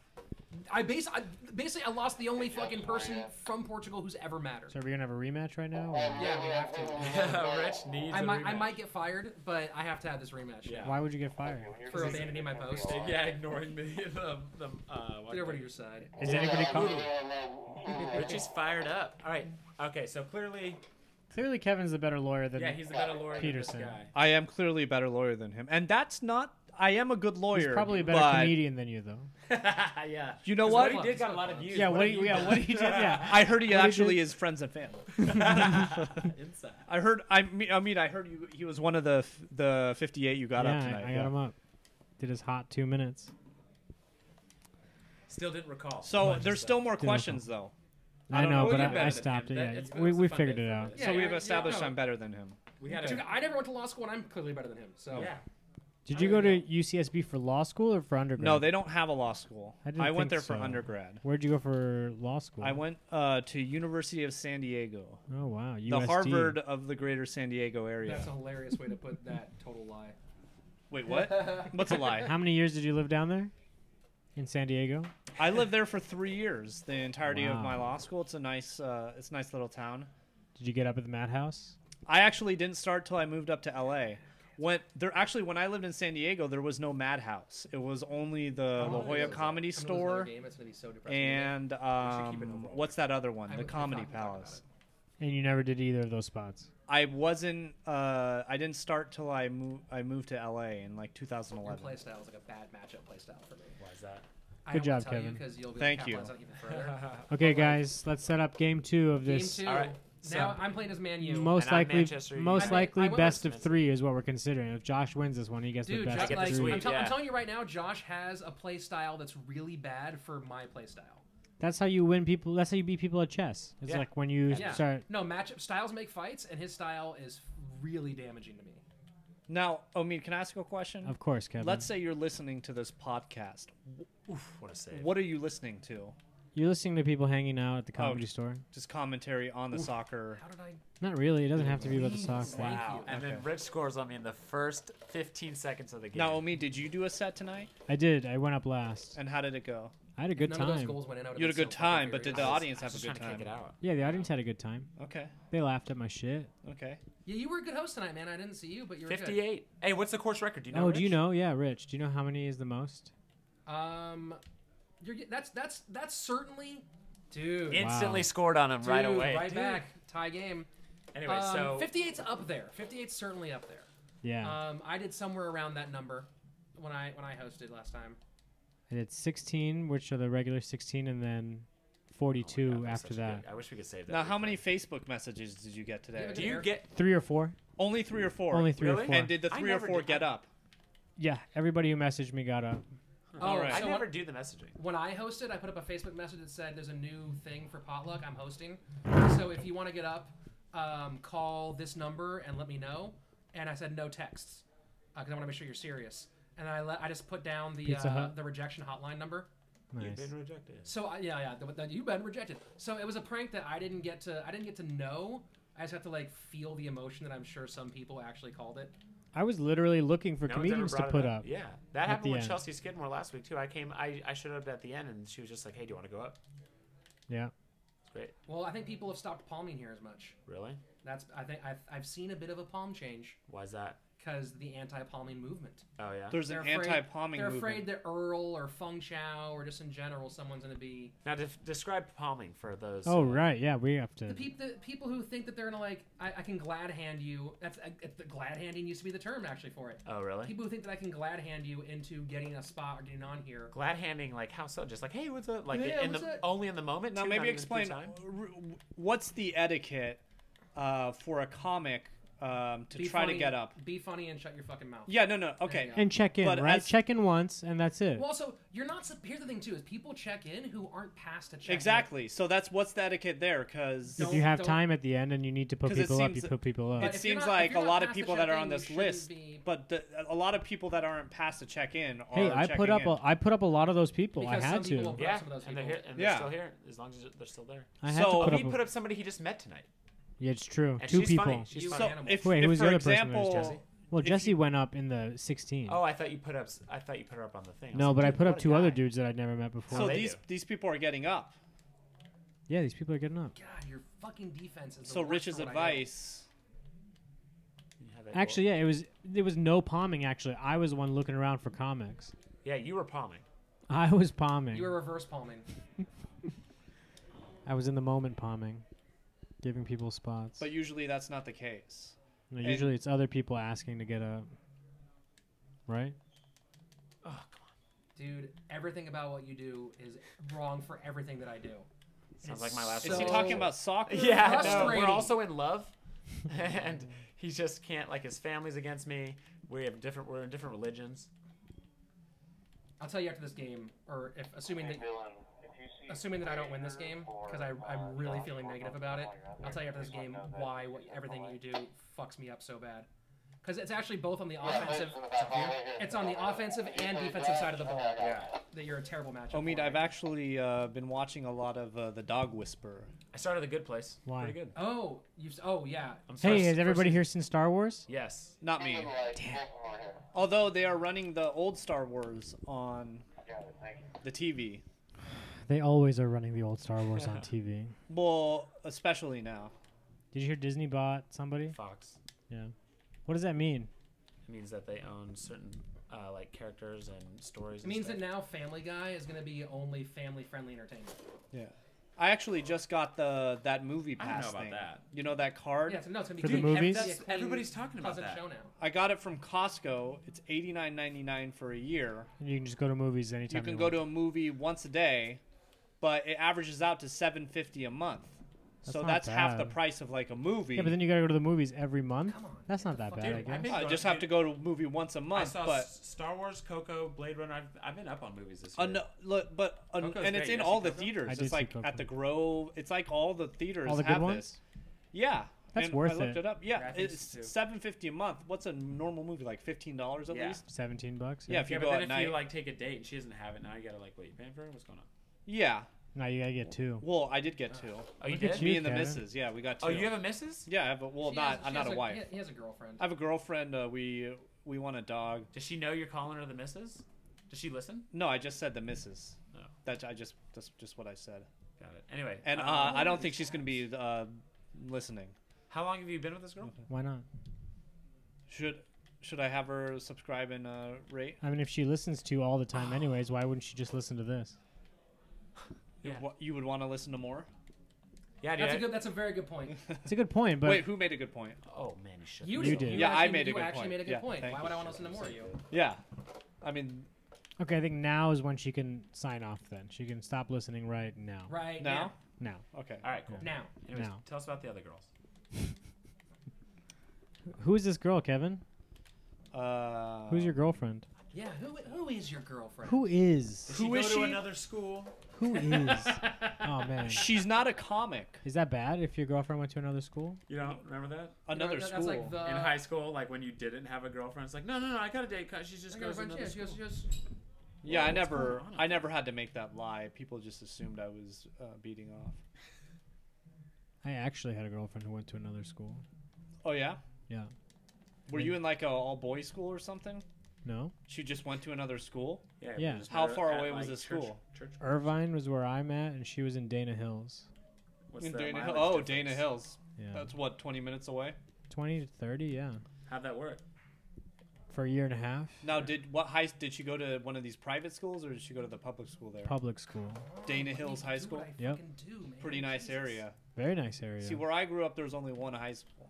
S5: I, bas- I basically I lost the only fucking person from Portugal who's ever mattered.
S1: So are we gonna have a rematch right now?
S11: Oh,
S1: or-
S5: Yeah, we have to.
S15: Rich needs
S5: I
S15: a
S5: might I
S15: rematch.
S5: might get fired, but I have to have this rematch. Yeah.
S1: Why would you get fired?
S5: For abandoning my post.
S15: Yeah, ignoring me. the, the, uh, what-
S5: Get over to your side.
S1: Is anybody calling?
S15: Rich is fired up. All right. Okay, so clearly,
S1: Clearly, Kevin's the better lawyer than
S15: yeah, he's the better lawyer. than this
S1: Peterson.
S15: guy.
S11: I am clearly a better lawyer than him, and that's not. I am a good lawyer.
S1: probably a better
S11: but-
S1: comedian than you, though.
S2: Uh,
S8: yeah.
S11: You know
S8: 'Cause
S11: what?
S8: he did got a lot of views.
S1: Yeah, what
S8: do
S1: he-
S8: you
S1: yeah,
S8: got?
S1: what he did, yeah.
S11: I heard he
S1: What he
S11: actually
S1: did-
S11: is friends and family.
S8: Inside.
S11: I heard. I mean, I mean, I heard you, he was one of the f- the 58 you got
S1: yeah,
S11: up
S1: I-
S11: tonight.
S1: I got
S11: yeah.
S1: him up. Did his hot two minutes.
S8: Still didn't recall.
S11: So
S8: Much,
S11: there's
S8: so-
S11: still more
S1: Didn't
S11: questions
S1: recall.
S11: though.
S1: I
S11: don't
S1: know,
S11: Well,
S1: but
S11: you're
S1: I-
S11: better
S1: I
S11: than
S1: stopped
S11: him.
S1: it,
S11: That-
S1: yeah.
S11: it's-
S1: We-
S11: it's a
S1: we
S11: fun
S1: figured
S11: day
S1: it
S11: for
S1: out.
S11: this.
S1: Yeah,
S11: So
S1: you're-
S11: we've established
S5: no.
S11: I'm better than him.
S5: We had Dude, I never went to law school, and I'm clearly better than him. So
S8: Yeah.
S1: Did you go to UCSB for law school or for undergrad?
S11: No, they don't have a law school.
S1: I,
S11: I,
S1: didn't
S11: went
S1: think
S11: there for
S1: so.
S11: undergrad.
S1: Where'd you go for law school?
S11: I went uh, to University of San Diego.
S1: Oh, wow,
S11: The
S1: USD.
S11: Harvard of the Greater San Diego area.
S5: that's a hilarious way to put that total lie.
S11: Wait, what? What's a lie?
S1: How many years did you live down there? In San Diego?
S11: I lived there for three years, the entirety of
S1: Wow.
S11: my law school. It's a nice, uh, it's a nice little town.
S1: Did you get up at the madhouse?
S11: I actually didn't start till I moved up to LA. When there actually when I lived in San Diego, there was no Madhouse. It was only the
S5: Oh,
S11: La Jolla Comedy Store and um, what's that other one? The Comedy Palace.
S1: And you never did either of those spots.
S11: I wasn't. Uh, I didn't start till I moved. I moved to LA in like 2011.
S5: Your playstyle is like a bad matchup playstyle for me. Why is that?
S1: Good job, Kevin.
S5: you'll be
S11: Thank
S5: Thank
S11: you.
S5: you. Even further.
S1: Okay, guys, let's set up game two of
S5: Game
S1: this.
S5: two. Now I'm playing as Man U.
S1: Most
S5: and I'm
S1: likely,
S5: Manchester United. I
S1: most
S5: mean,
S1: likely
S5: I went
S1: best
S5: with
S1: of three is what we're considering. If Josh wins this one, he gets
S5: Dude,
S1: the
S5: Josh,
S1: best
S5: like,
S1: of three.
S5: I'm, tell- I'm telling you right now, Josh has a play style that's really bad for my play style.
S1: That's how you win people. That's how you beat people at chess. It's
S5: Yeah.
S1: like when you
S5: Yeah.
S1: start.
S5: No, matchup styles make fights, and his style is really damaging to me.
S11: Now, Omid, can I ask you a question?
S1: Of course, Kevin.
S11: Let's say you're listening to this podcast.
S5: what a save.
S11: What are you listening to?
S1: You're listening to people hanging out at the
S11: Oh,
S1: comedy store.
S11: Just commentary on the
S1: Oof.
S11: soccer.
S5: How did I?
S1: Not really. It doesn't have to be about the
S15: Wow.
S1: soccer.
S15: And then Rich scores on me in the first 15 seconds of the game.
S11: Now, Omid, did you do a set tonight?
S1: I did. I went up last.
S11: And how did it go?
S1: I had a good time.
S11: you had a good time, but did the
S15: I was-
S11: audience
S15: I was
S11: have a
S15: just
S11: good
S15: trying
S11: time?
S15: to kick it out.
S1: Yeah, the audience had a good time.
S11: Okay.
S1: They laughed at my shit.
S11: Okay.
S5: Yeah, you were a good host tonight, man. I didn't see you, but you were good.
S15: 58. Hey, what's the course record? Do you know?
S1: oh,
S15: Rich?
S1: do you know? Yeah, Rich. Do you know how many is the most?
S5: Um, you're get- that's that's that's certainly, dude.
S15: Instantly scored on him right
S5: Dude,
S15: away.
S5: Right back, tie game.
S15: Anyway,
S5: Um,
S15: so-
S5: 58's up there. 58's certainly up there.
S1: Yeah.
S5: Um, I did somewhere around that number when I when I hosted last time.
S1: I did 16, which are the regular 16, and then
S15: Oh
S1: 42 after that.
S15: I wish we could save
S11: Now, how many Facebook messages did you get today?
S15: Do you get
S1: Three or four?
S11: only three or four?
S1: Only three or Really? four.
S11: And did the
S15: I
S11: three or
S15: never
S11: four
S15: did-
S11: get up?
S1: Yeah, everybody who messaged me got up.
S5: Oh,
S15: Um, I
S5: so
S15: never
S5: what-
S15: do the messaging.
S5: When I hosted, I put up a Facebook message that said, "There's a new thing for potluck. I'm hosting, so if you want to get up, um, call this number and let me know." And I said, "No texts, because I want to make sure you're serious." And I let, I just put down the
S1: Pizza
S5: uh,
S1: Hut?
S5: the rejection hotline number.
S1: Nice.
S15: rejected.
S5: So I yeah yeah the, the, you've been rejected. So it was a prank that I didn't get to I didn't get to know. I just have to like feel the emotion that I'm sure some people actually called it.
S1: I was literally looking for
S15: No one's ever
S1: comedians to
S15: brought it
S1: put up.
S15: Yeah, that
S1: at
S15: happened
S1: the
S15: with
S1: end.
S15: Chelsea Skidmore last week too. I came, I, I showed up at the end, and she was just like, "Hey, do you want to go up?"
S1: Yeah.
S15: It's great.
S5: Well, I think people have stopped palming here as much.
S15: Really?
S5: That's I think I've, I've seen a bit of a palm change
S15: Why is that?
S5: because the anti-palming movement.
S15: Oh yeah.
S11: There's an
S5: They're afraid-
S11: anti-palming
S5: They're
S11: movement.
S5: afraid that Earl or Feng Chao or just in general someone's going to be
S15: Now def- describe palming for those.
S1: Oh, right. Yeah, we have
S5: the,
S1: to.
S5: peop- the people who think that they're going to like I, I can glad hand you. That's uh, the glad handing used to be the term actually for it.
S15: Oh, really?
S5: People who think that I can glad hand you into getting a spot or getting on here.
S15: Glad handing, like how so? Just like, hey, what's up? Like
S5: Yeah,
S15: in
S5: what's
S15: the
S5: up?
S15: only in the moment.
S11: Now,
S15: too,
S11: maybe
S15: not even through
S11: explain uh,
S15: time?
S11: r- w- what's the etiquette uh, for a comic um, to
S5: Be
S11: try
S5: funny-
S11: to get up?
S5: Be funny and shut your fucking mouth.
S11: Yeah, no, no, okay.
S5: There you go.
S1: And check in,
S11: But
S1: right?
S11: as-
S1: Check in once, and that's it.
S5: Well, also, you're not. sup- Here's the thing too: is people check in who aren't past a check.
S11: Exactly. So that's what's the etiquette there, because
S1: if you have time at the end and you need to put
S11: 'Cause it
S1: people up, you
S11: seems-
S1: put people up.
S11: It
S5: if you're
S11: seems
S5: not- if
S11: like a
S5: you're not
S11: lot of
S5: past the
S11: people that are
S5: check-in,
S11: on
S5: you
S11: this
S5: shouldn't
S11: list, but the, a lot of people that aren't past the check-in are.
S1: Hey, I put
S11: checking
S1: up
S11: in.
S1: a, I put up a lot of those people. I
S15: Because
S1: had
S15: some people
S1: to.
S15: will- Yeah,
S5: some of those
S15: and they're
S5: people.
S15: here, and they're
S1: Yeah.
S15: still here as long as they're still there.
S1: I had to
S15: so
S1: put
S15: he
S1: up a-
S15: put up somebody he just met tonight.
S1: Yeah, it's true.
S15: And
S1: Two
S15: she's
S1: people.
S15: funny. She's
S5: You
S15: funny.
S5: animal. if-
S1: Wait,
S11: if,
S1: who's the
S11: for
S1: other person?
S11: example,
S1: It was Jesse. Well,
S11: if
S1: Jesse went up in the 16.
S15: Oh, I thought you put up. s- I thought you put her up on the thing.
S1: no,
S15: was
S1: but
S15: like,
S1: I
S15: dude,
S1: put up
S15: what a
S1: two
S15: guy.
S1: other dudes that I'd never met before.
S11: So these these people are getting up.
S1: yeah, these people are getting up.
S5: God, Ah, your fucking defense is. the
S11: So
S5: worst
S11: Rich's
S5: for what I hate.
S11: advice.
S1: Actually, yeah, it was there was no palming. Actually, I was the one looking around for comics.
S15: Yeah, you were palming.
S1: I was palming.
S5: You were reverse palming.
S1: I was in the moment palming, giving people spots.
S11: But usually that's not the case.
S1: No,
S11: And-
S1: usually it's other people asking to get up. Right?
S5: dude, everything about what you do is wrong for everything that I do.
S15: Sounds like my last
S5: So
S15: one. Yeah,
S5: Yeah,
S15: no, we're
S5: frustrating.
S15: also in love, and he just can't. Like his family's against me. We have different. We're in different religions.
S5: I'll tell you after this game, or if assuming that assuming that I don't win this game, because I'm really feeling negative about it. I'll tell you after this game why what, everything you do fucks me up so bad. Because it's actually both on the offensive, it's on the offensive and defensive side of the ball that you're a terrible matchup.
S11: Omid, I've actually uh, been watching a lot of uh, The Dog Whisperer.
S15: I started The Good Place.
S1: Why?
S15: Pretty good.
S5: Oh, you. Oh, yeah.
S15: I'm
S1: Hey, is everybody here seen Star Wars?
S15: Yes.
S11: Not me. Although they are running the old Star Wars on the TV.
S1: They always are running the old Star Wars on TV.
S11: Well, especially now.
S1: Did you hear Disney bought somebody?
S15: Fox.
S1: Yeah. What does that mean?
S15: It means that they own certain uh, like characters and stories.
S5: It means
S15: and
S5: that now Family Guy is going to be only family-friendly entertainment.
S11: Yeah. I actually just got the that movie
S5: I don't know
S11: pass
S5: about
S11: thing.
S5: that.
S11: You know that card?
S5: Yeah, it's- no, it's gonna be
S1: For the clean. movies?
S11: That's-
S5: Clean cousin show now.
S11: I got it from Costco. It's eighty nine ninety nine for a year.
S1: You can just go to movies anytime.
S11: you can go
S1: want.
S11: to a movie once a day, but it averages out to seven fifty a month.
S1: That's
S11: so
S1: not
S11: that's half the
S1: bad.
S11: price of like a movie.
S1: Yeah, but then you gotta go to the movies every month. That's not that
S15: fuck
S1: bad,
S15: out.
S1: I
S15: Dude,
S1: guess.
S15: I've been
S11: I
S15: going-
S11: just have to go to a movie once a
S15: I
S11: month.
S15: saw
S11: but
S15: S- Star Wars, Coco, Blade Runner. I've, I've been up on movies this
S11: Uh,
S15: year.
S11: no, look, but uh,
S15: Coco's
S11: and it's
S15: great.
S11: in
S15: You
S11: all
S15: see
S11: the
S15: Coco? I
S11: theaters.
S15: did
S11: It's
S15: see
S11: like
S15: Coco.
S11: at the Grove. It's like all the theaters
S1: All the good
S11: have
S1: ones?
S11: this. Yeah,
S1: That's
S11: and
S1: worth
S11: I looked
S1: it.
S11: it. up.
S1: Yeah, I
S11: Yeah,
S1: think so, too.
S11: it's seven fifty a month. What's a normal movie like? Fifteen dollars at
S15: Yeah.
S11: least.
S1: Seventeen bucks.
S11: Yeah, if you
S15: yeah,
S11: go
S15: but then
S11: at
S15: if
S11: night.
S15: you like take a date and she doesn't have it, now you gotta like, wait, you paying for it? What's going on?
S11: Yeah.
S1: Now you gotta get two.
S11: Well, I did get two.
S15: Oh, you Look at did?
S11: Me
S15: you,
S11: and the
S1: Kevin.
S11: missus. Yeah, we got two.
S15: Oh, you have a missus?
S11: Yeah, I have a, well,
S15: She
S11: not
S15: has-
S11: I'm
S15: she
S11: not
S15: has
S11: a
S15: a-
S11: wife.
S5: he- he has a girlfriend.
S11: I have a girlfriend. Uh, we we want a dog.
S15: Does she know you're calling her the missus? Does she listen?
S11: No, I just said the missus.
S15: No.
S11: That I just that's just what I said.
S15: Got it. Anyway,
S11: and uh,
S15: uh,
S11: I don't think she's gonna be uh, listening.
S15: How long have you been with this girl?
S1: Why not?
S11: Should should I have her subscribe and uh, rate?
S1: I mean, if she listens to you all the time, anyways, why wouldn't she just listen to this?
S11: You wa- You would want to listen to more.
S15: Yeah,
S5: That's a good. That's a very good point.
S1: It's a good point, but
S11: Wait, who made a good point?
S15: Oh man, you should.
S5: You
S1: You did. did.
S11: Yeah, I
S5: actually-
S11: made a
S5: you
S11: good
S5: actually
S11: point.
S5: made a good
S11: Yeah,
S5: point.
S11: thank
S5: Why would I wanna listen to more of you?
S11: Yeah, I mean,
S1: okay, I think now is when she can sign off. Then she can stop listening right now.
S5: Right
S11: Now?
S1: Now.
S11: Okay.
S15: All right, cool.
S5: Now.
S15: Anyways,
S1: Now.
S15: tell us about the other girls.
S1: Who is this girl, Kevin?
S11: Uh,
S1: Who's your girlfriend?
S5: Yeah, who who is your girlfriend?
S1: Who is?
S15: Does she
S11: Who
S15: go
S11: is
S15: to
S11: she?
S15: another school?
S1: Who is? oh man.
S11: she's not a comic.
S1: Is that bad if your girlfriend went to another school?
S15: You don't remember that?
S11: Another
S15: that's
S11: school.
S15: Like the... In high school, like when you didn't have a girlfriend, it's like, no, no, no, I got a date cut. She just
S5: I got a
S15: goes to
S5: bunch-
S15: another
S5: yeah, she
S15: school.
S5: goes- she goes-
S11: Yeah,
S15: Whoa,
S11: I
S15: what's going
S11: never
S15: on?
S11: I never had to make that lie. People just assumed I was uh, beating off.
S1: I actually had a girlfriend who went to another school.
S11: Oh yeah.
S1: Yeah.
S11: Were you in like a all boys school or something?
S1: No.
S11: She just went to another school.
S1: Yeah, Yeah. Er we just
S11: How
S15: met
S11: far
S15: at,
S11: away was
S15: like,
S11: the
S15: church-
S11: school?
S15: church-
S1: Irvine was where I'm at, and she was in Dana Hills.
S15: What's
S11: In
S15: the
S11: Dana Hill-
S15: mileage
S11: oh,
S15: difference?
S11: Dana Hills.
S1: Yeah.
S11: That's what twenty minutes away.
S1: Twenty to thirty, yeah,
S15: How'd that work?
S1: for a year and a half.
S11: Now, did what high did she go to one of these private schools or did she go to the public school there?
S1: Public school.
S11: Dana Hills High School.
S1: Yep.
S11: Pretty nice area.
S1: Very nice area.
S11: See, where I grew up, there was only one high school.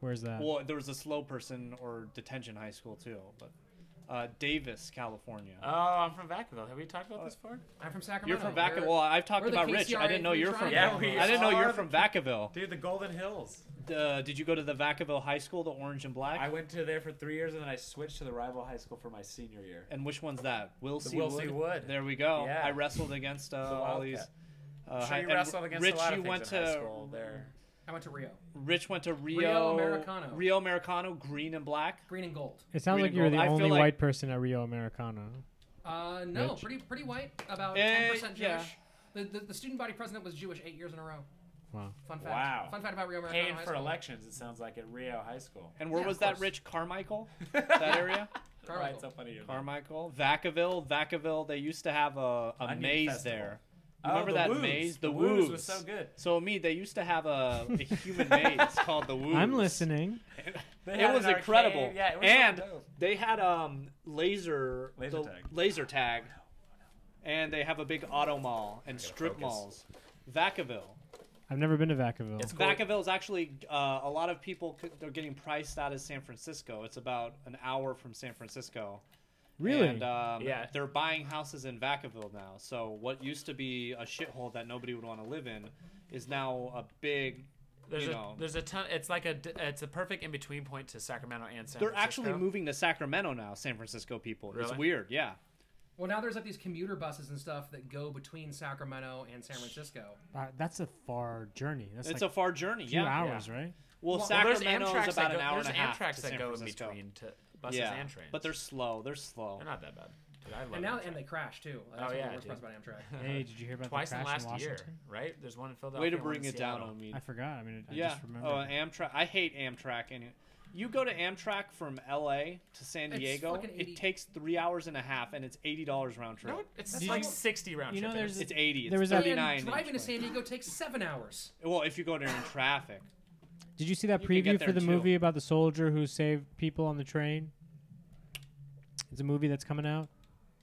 S1: Where's that?
S11: Well, there was a slow person or detention high school too, but uh, Davis, California.
S15: Oh, I'm from Vacaville. Have we talked about this before?
S5: I'm from Sacramento.
S11: You're from
S5: We're-
S11: Vacaville. Well, I've talked
S5: we're the
S11: about Rich. I
S5: KCRA
S11: didn't know
S5: Blue
S11: you're from.
S5: Triangle.
S11: Vacaville. I didn't know
S15: are
S11: you're from Vacaville.
S15: Dude, the Golden Hills.
S11: Uh, did you go to the Vacaville High School, the orange and black?
S15: I went to there for three years and then I switched to the rival high school for my senior year.
S11: And which one's that? Will
S15: The
S11: C.
S15: Will C. Wood.
S11: There we go.
S15: Yeah.
S11: I wrestled against uh,
S15: The
S11: all these.
S15: Wildcat.
S11: Uh,
S15: Sure,
S11: hi-
S15: you
S11: and
S15: wrestled against a
S11: Rich,
S15: lot of
S11: you
S15: things
S11: went
S15: in high
S11: to
S15: school there.
S5: I went to Rio.
S11: Rich went to Rio,
S5: Americano.
S11: Rio Americano, green and black.
S5: Green and gold.
S1: it sounds like you were the only white person at Rio Americana.
S5: Uh, no,
S1: Rich?
S5: pretty pretty white. About
S11: Eh,
S5: ten percent Jewish.
S11: yeah.
S5: The, the the student body president was Jewish eight years in a row.
S1: Wow.
S5: Fun fact.
S15: Wow.
S5: Fun fact about Rio Americano
S15: Paying
S5: High
S15: for
S5: School.
S15: elections, it sounds like at Rio High School.
S11: And where
S5: Yeah,
S11: was
S5: of
S11: that
S5: course.
S11: Rich Carmichael? that area?
S15: Why it's up under your
S11: Carmichael, Vacaville, Vacaville. They used to have a, a
S15: Onion
S11: maze
S15: festival.
S11: there.
S15: Oh,
S11: You Remember
S15: the
S11: that
S15: Woos.
S11: maze?
S15: The
S11: The,
S15: Woos
S11: Woos
S15: was so good.
S11: So me, they used to have a, a human maze called the Woos.
S1: I'm listening.
S15: They had
S11: it was
S15: an
S11: incredible.
S15: arcade. Yeah, it was so
S11: and
S15: dope.
S11: they had um laser
S15: Laser
S11: the
S15: tag. Oh,
S11: laser tag, and they have a big auto mall and strip
S15: focus.
S11: malls. Vacaville.
S1: I've never been to Vacaville.
S11: Vacaville is actually uh, a lot of people c- they're getting priced out of San Francisco. It's about an hour from San Francisco,
S1: Really?
S11: And, um,
S2: Yeah.
S11: They're buying houses in Vacaville now. So what used to be a shithole that nobody would want to live in is now a big.
S2: There's
S11: you
S2: a
S11: know,
S2: there's a ton. It's like a d- it's a perfect in between point to Sacramento and San.
S11: they're
S2: Francisco.
S11: actually moving to Sacramento now. San Francisco people.
S2: Really?
S11: It's weird. Yeah.
S5: Well, now there's like these commuter buses and stuff that go between Sacramento and San Francisco.
S1: Uh, that's a far journey. That's
S11: it's
S1: like
S11: a far journey.
S1: Few
S11: yeah.
S1: hours, right?
S11: Well,
S2: Well, there's
S11: Sacramento
S2: Amtrak's
S11: is about
S2: that
S11: an
S2: go-
S11: hour
S2: there's
S11: and a half.
S2: Amtrak's
S11: to
S2: that
S11: San
S2: go in
S11: Francisco.
S2: between to buses
S11: yeah,
S2: and
S11: But they're slow. They're slow. They're
S2: not that bad. Dude, I love
S5: And now,
S2: Amtrak.
S5: and they crash too.
S2: Oh,
S5: That's one of the
S2: yeah,
S5: worst
S2: dude.
S5: parts about Amtrak.
S1: Hey, did you hear about the
S2: Twice in
S1: crash
S2: the
S1: in
S2: last year,
S1: Washington?
S2: right? There's one in Philadelphia.
S11: Way to
S2: one
S11: bring
S2: in
S11: it down
S2: Seattle.
S11: on me.
S1: I forgot. I mean, I
S11: yeah.
S1: just remembered.
S11: Oh, Amtrak. I hate Amtrak. And you go to Amtrak from L.A. to San
S2: It's
S11: Diego,
S2: fucking 80
S11: it takes three hours and a half, and it's eighty dollars round trip.
S2: No, it's
S11: Did
S2: like
S11: you-
S2: 60 round
S11: you
S2: trip.
S11: know there's- It's 80, it's
S1: There was a-
S11: 39.
S5: And driving to San Diego takes seven hours.
S11: Well, if you go there in traffic.
S1: Did you see that
S11: You can
S1: preview
S11: get
S1: for
S11: there,
S1: the
S11: too.
S1: movie about the soldier who saved people on the train? It's a movie that's coming out.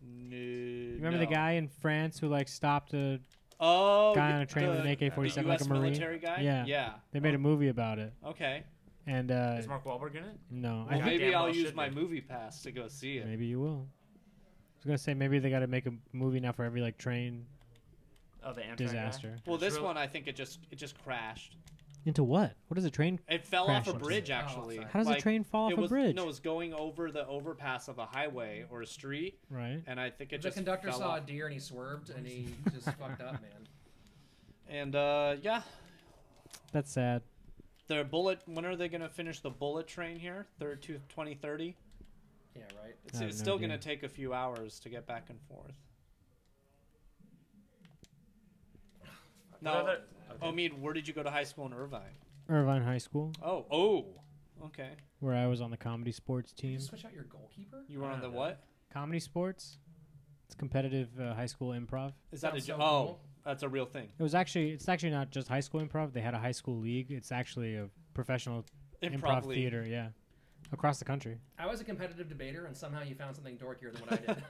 S11: No.
S1: You remember the guy in France who like stopped a
S11: Oh,
S1: guy
S11: y-
S1: on a train with an
S11: the-
S1: AK-47
S11: the
S1: like a
S11: US
S1: marine?
S11: military guy?
S1: Yeah,
S11: Yeah. Oh.
S1: They made a movie about it.
S11: Okay.
S1: And uh,
S2: Is Mark Wahlberg in it?
S1: No,
S11: Well,
S1: I think
S11: maybe
S2: Damn
S11: I'll
S2: well
S11: use
S2: should
S11: my
S2: be.
S11: movie pass to go see it.
S1: maybe you will. I was gonna say maybe they got to make a movie now for every like train
S2: Oh, the Amtrak guy?
S1: disaster.
S11: Well, this
S2: It's real-
S11: one I think it just it just crashed.
S1: Into what? What does a train?
S11: It fell
S1: crash
S11: off a
S1: into?
S11: bridge actually.
S1: How does a train fall off
S11: it
S1: a
S11: was-
S1: bridge?
S11: No, it was going over the overpass of a highway or a street.
S1: Right.
S11: And I think it
S5: the
S11: just
S5: conductor
S11: fell
S5: saw
S11: off.
S5: a deer and he swerved and he just fucked up, man.
S11: And uh, yeah,
S1: That's sad.
S11: their bullet. When are they gonna finish the bullet train here? Third to 2030.
S5: Yeah, right.
S11: It's,
S1: I have
S11: it's
S1: no
S11: still
S1: idea.
S11: gonna take a few hours to get back and forth. Now,
S2: Another- okay.
S11: Omid, where did you go to high school in Irvine?
S1: Irvine High School,
S11: Oh, oh, okay.
S1: where I was on the comedy sports team. Uh,
S5: Switch out your goalkeeper.
S11: You were on the what?
S1: Comedy sports. It's competitive uh, high school improv.
S11: Is that a
S5: Sounds
S11: jo-
S5: so
S11: oh?
S5: cool.
S11: That's a real thing.
S1: It was actually it's actually not just high school improv. They had a high school league. It's actually a professional
S11: Improv
S1: improv,
S11: league.
S1: theater, yeah. Across the country.
S5: I was a competitive debater, and somehow you found something dorkier than what I did.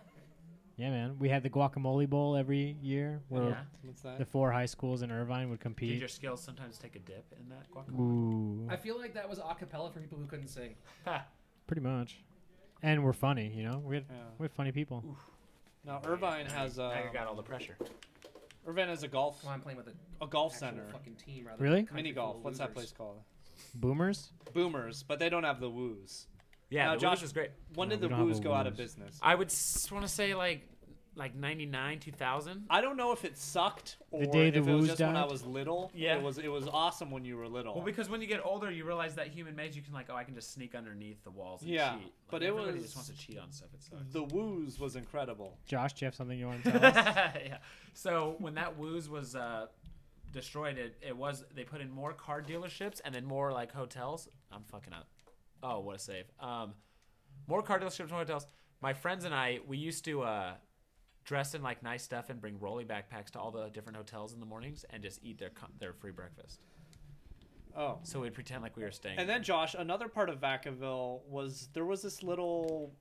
S1: Yeah, man. We had the guacamole bowl every year where
S2: Yeah.
S11: What's that?
S1: the four high schools in Irvine would
S2: Did
S1: compete.
S2: your skills sometimes take a dip in that guacamole?
S1: Ooh.
S5: I feel like that was a cappella for people who couldn't sing.
S1: Pretty much. And we're funny, you know? We had
S11: Yeah.
S1: we had funny people.
S11: Now Irvine has
S2: Now you
S11: uh,
S2: got all the pressure.
S11: Irvine has a golf
S5: Well, I'm playing with a,
S11: a golf
S5: actual
S11: center,
S5: fucking team rather
S1: Really?
S5: than a country
S11: mini
S5: full
S11: golf.
S5: of
S11: What's that place
S5: losers.
S11: called?
S1: Boomers?
S11: Boomers, but they don't have the woos.
S2: Yeah,
S11: Now,
S2: the
S11: Josh
S2: Woos is great.
S11: When
S1: No,
S11: did
S1: we
S11: the
S1: don't have
S11: woos
S1: a
S11: go out of
S1: Woos.
S11: business?
S2: I would s- want to say like like 99, 2000.
S11: I don't know if it sucked or
S1: The day the
S11: if it was
S1: woos
S11: just when I
S1: died?
S11: was little.
S2: Yeah.
S11: it was. It was awesome when you were little.
S2: Well, because when you get older, you realize that human maze, you can like, oh, I can just sneak underneath the walls and
S11: Yeah,
S2: cheat. Like,
S11: but it
S2: everybody
S11: was-
S2: just wants to cheat on stuff. It sucks.
S11: the woos was incredible.
S1: Josh, do you have something you want to tell us?
S2: yeah. So when that Woos was uh, destroyed, it, it was they put in more car dealerships and then more like hotels. I'm fucking up. Oh, what a save. Um, more car dealerships, more hotels. My friends and I, we used to uh, dress in like nice stuff and bring rolly backpacks to all the different hotels in the mornings and just eat their co- their free breakfast.
S11: Oh.
S2: So we'd pretend like we were staying.
S11: And then Josh, another part of Vacaville was there was this little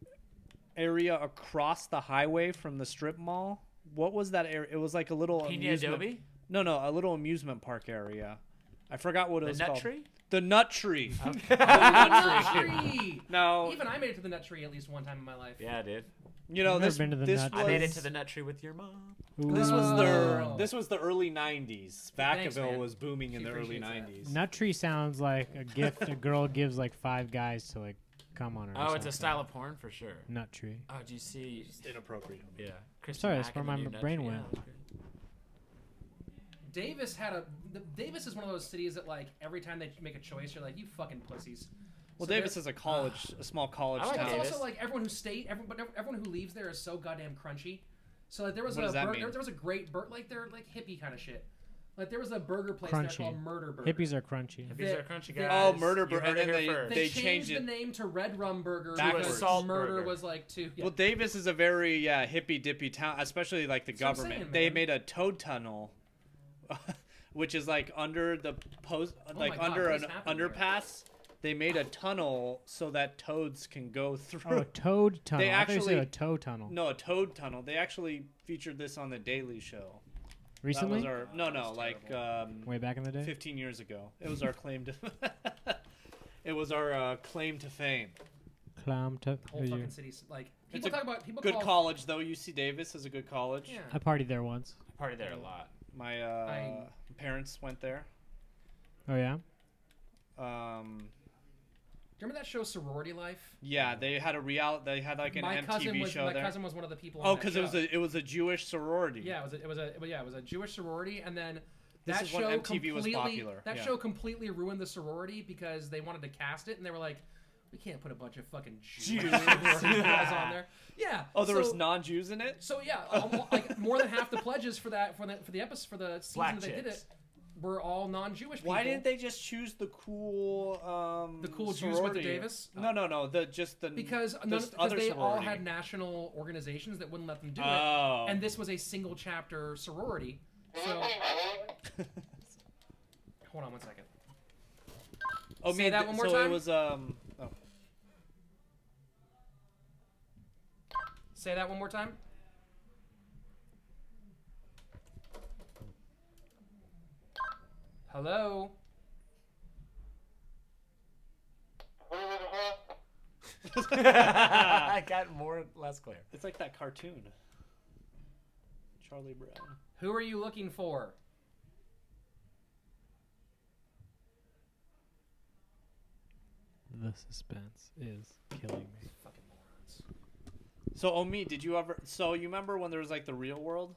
S11: area across the highway from the strip mall. What was that area? It was like a little
S2: Peña
S11: amusement-
S2: Adobe?
S11: No, no, a little amusement park area. I forgot what it
S2: The
S11: was
S2: nut
S11: called.
S2: tree?
S11: The nut tree.
S2: Okay.
S11: The nut tree.
S5: Nut tree.
S11: Now-
S5: even I made it to the nut tree at least one time in my life.
S2: yeah, dude.
S11: You know
S1: I've never
S11: this.
S1: been to the
S11: this
S1: nut
S11: was,
S1: tree.
S2: I made it to the nut tree with your mom.
S11: This was their.
S5: Oh.
S11: This was the early '90s.
S5: Thanks,
S11: Vacaville
S5: man.
S11: was booming in
S5: She
S11: the early
S5: appreciates that.
S11: '90s.
S1: Nut tree sounds like a gift a girl gives like five guys to like come on her. or
S2: Oh, it's a
S1: something.
S2: style of porn for sure.
S1: nut tree.
S2: Oh, do you see?
S11: Inappropriate.
S2: Yeah. Christy
S1: Sorry, that's
S2: Mack
S1: where
S2: and the
S1: my
S2: new
S1: m-
S2: Nut
S1: brain
S2: Tree.
S1: went.
S2: Yeah, that's great.
S5: Davis had a. The, Davis is one of those cities that like every time they make a choice, you're like, you fucking pussies.
S11: Well,
S5: So
S11: Davis
S5: there-
S11: is a college, a small college
S2: I like
S11: town.
S5: It's
S2: Davis.
S5: also like everyone who stayed, everyone, but everyone who leaves there is so goddamn crunchy. So like there was
S11: What
S5: a
S11: does that
S5: bur-
S11: mean?
S5: There, there was a great bur- like they're like hippie kind of shit. Like there was a burger place
S1: Crunchy.
S5: there called Murder Burger.
S1: Hippies are crunchy.
S2: These
S5: They-
S2: are crunchy
S5: they-
S2: guys.
S11: Oh, murder
S2: You
S11: bur-
S2: heard
S11: and
S2: it
S11: then
S2: here
S11: they-
S5: They,
S2: first.
S5: changed,
S11: changed
S5: the
S11: it
S5: name to Red Rum Burger
S11: Backwards.
S5: because
S2: Salt
S5: Murder
S2: burger.
S5: was like too. Yeah.
S11: Well, Davis is a very yeah hippy dippy town, especially like the
S5: what I'm
S11: government.
S5: saying,
S11: they
S5: man.
S11: made a toad tunnel, which is like under the post,
S5: Oh my
S11: like
S5: God,
S11: under
S5: what
S11: an
S5: is happening here?
S11: underpass. They made a tunnel so that toads can go through.
S1: Oh, a toad tunnel.
S11: They
S1: I thought you
S11: actually
S1: said a toe tunnel.
S11: no a toad tunnel. They actually featured this on the Daily Show.
S1: Recently?
S11: that was our, no, no, like um,
S1: Way back in the day?
S11: 15 years ago. It was our claim to. it was our uh, claim to fame.
S1: climb to.
S5: Whole fucking city's like people
S11: a
S5: talk about people
S11: good
S5: call
S11: college though. UC Davis is a good college.
S5: Yeah.
S1: I partied there once.
S11: I partied there a lot. My uh, parents went there.
S1: Oh yeah.
S11: Um,
S5: Do you remember that show Sorority Life?
S11: yeah, they had a real. They had like an
S5: My
S11: MTV
S5: cousin was-
S11: show
S5: my
S11: there.
S5: cousin was one of the people on
S11: Oh,
S5: that
S11: because it was
S5: show.
S11: a it was a Jewish sorority.
S5: Yeah, it was a, it was a well, yeah, it was a Jewish sorority, and then
S11: This
S5: that
S11: is
S5: show
S11: when MTV was
S5: completely
S11: popular,
S5: that
S11: yeah.
S5: show completely ruined the sorority because they wanted to cast it, and they were like, we can't put a bunch of fucking Jews
S11: Jews.
S5: sorority guys on there. Yeah.
S11: Oh, there
S5: so-
S11: was non-Jews in it.
S5: So yeah, almo- like more than half the pledges for that for the for the episode for the season
S11: Black
S5: that they did
S11: chicks.
S5: it were all non-Jewish.
S11: Why
S5: people.
S11: didn't they just choose the cool um
S5: The cool Jews with the
S11: sorority?
S5: Davis?
S11: No, no, no. The just the
S5: because
S11: the
S5: none, because
S11: other
S5: they all
S11: sorority.
S5: had national organizations that wouldn't let them do
S11: Oh.
S5: it, and this was a single chapter sorority. So hold on one second.
S11: Oh,
S5: Say
S11: man,
S5: that
S11: th-
S5: one more
S11: so
S5: time.
S11: it was um. Oh.
S5: Say that one more time. Hello.
S16: I got more less clear.
S11: It's like that cartoon. Charlie Brown.
S5: Who are you looking for?
S1: The suspense is killing me.
S11: So Omi, did you ever? So you remember when there was like the real world?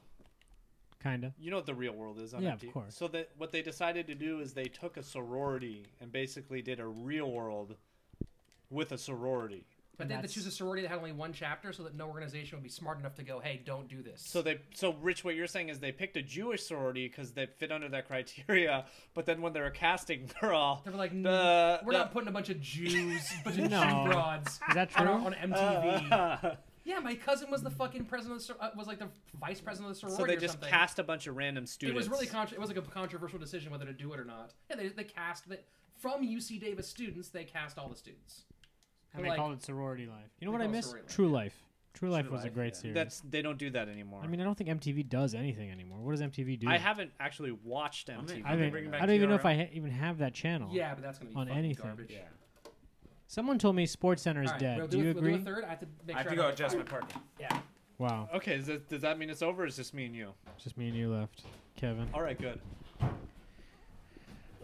S1: Kinda.
S11: You know what the real world is on
S1: Yeah, of
S11: MTV.
S1: course.
S11: So that what they decided to do is they took a sorority and basically did a real world with a sorority.
S5: But they had to choose a sorority that had only one chapter, so that no organization would be smart enough to go, "Hey, don't do this."
S11: So they, so Rich, what you're saying is they picked a Jewish sorority because they fit under that criteria. But then when they were casting, they're all
S5: they were like,
S11: the,
S5: We're
S11: the-
S5: not putting a bunch of Jews, bunch of
S11: No.
S5: Jew broads.
S11: Is that
S5: on our-
S11: true?
S5: On, MTV.
S11: Uh,
S5: yeah, my cousin was the fucking president. Of the, sor- uh, was like the vice president of the sorority.
S11: So they
S5: or
S11: just
S5: something.
S11: cast a bunch of random
S5: It
S11: students.
S5: was really contro- it was like a controversial decision whether to do it or not. Yeah, they, they cast the, from UC Davis students. They cast all the students.
S1: And they
S5: They're like-
S1: called it sorority life. You know
S5: They
S1: what I
S5: call it
S1: miss?
S5: sorority life,
S1: True
S5: yeah.
S1: Life. True Life was a great series.
S11: That's they don't do that anymore.
S1: I mean, I don't think MTV does anything anymore. What does MTv do?
S11: I haven't actually watched MTV.
S1: I, mean, I don't even know if I ha- even have that channel.
S11: Yeah, but that's gonna be
S1: on
S11: fucking
S1: anything.
S11: garbage. Yeah.
S1: Someone told me Sports Center is
S11: All right,
S1: dead.
S11: we'll
S1: do
S11: do
S1: you
S11: it- we'll do
S1: agree?
S11: it
S5: Third, I have to make
S11: I
S5: sure
S11: have to
S5: don't
S11: go
S5: get
S11: adjust my
S5: fired.
S11: parking.
S5: Yeah.
S1: Wow,
S11: Oh. Okay, is that, does that mean it's over? Or is just me and you?
S1: just me and you left, Kevin.
S11: All right, good.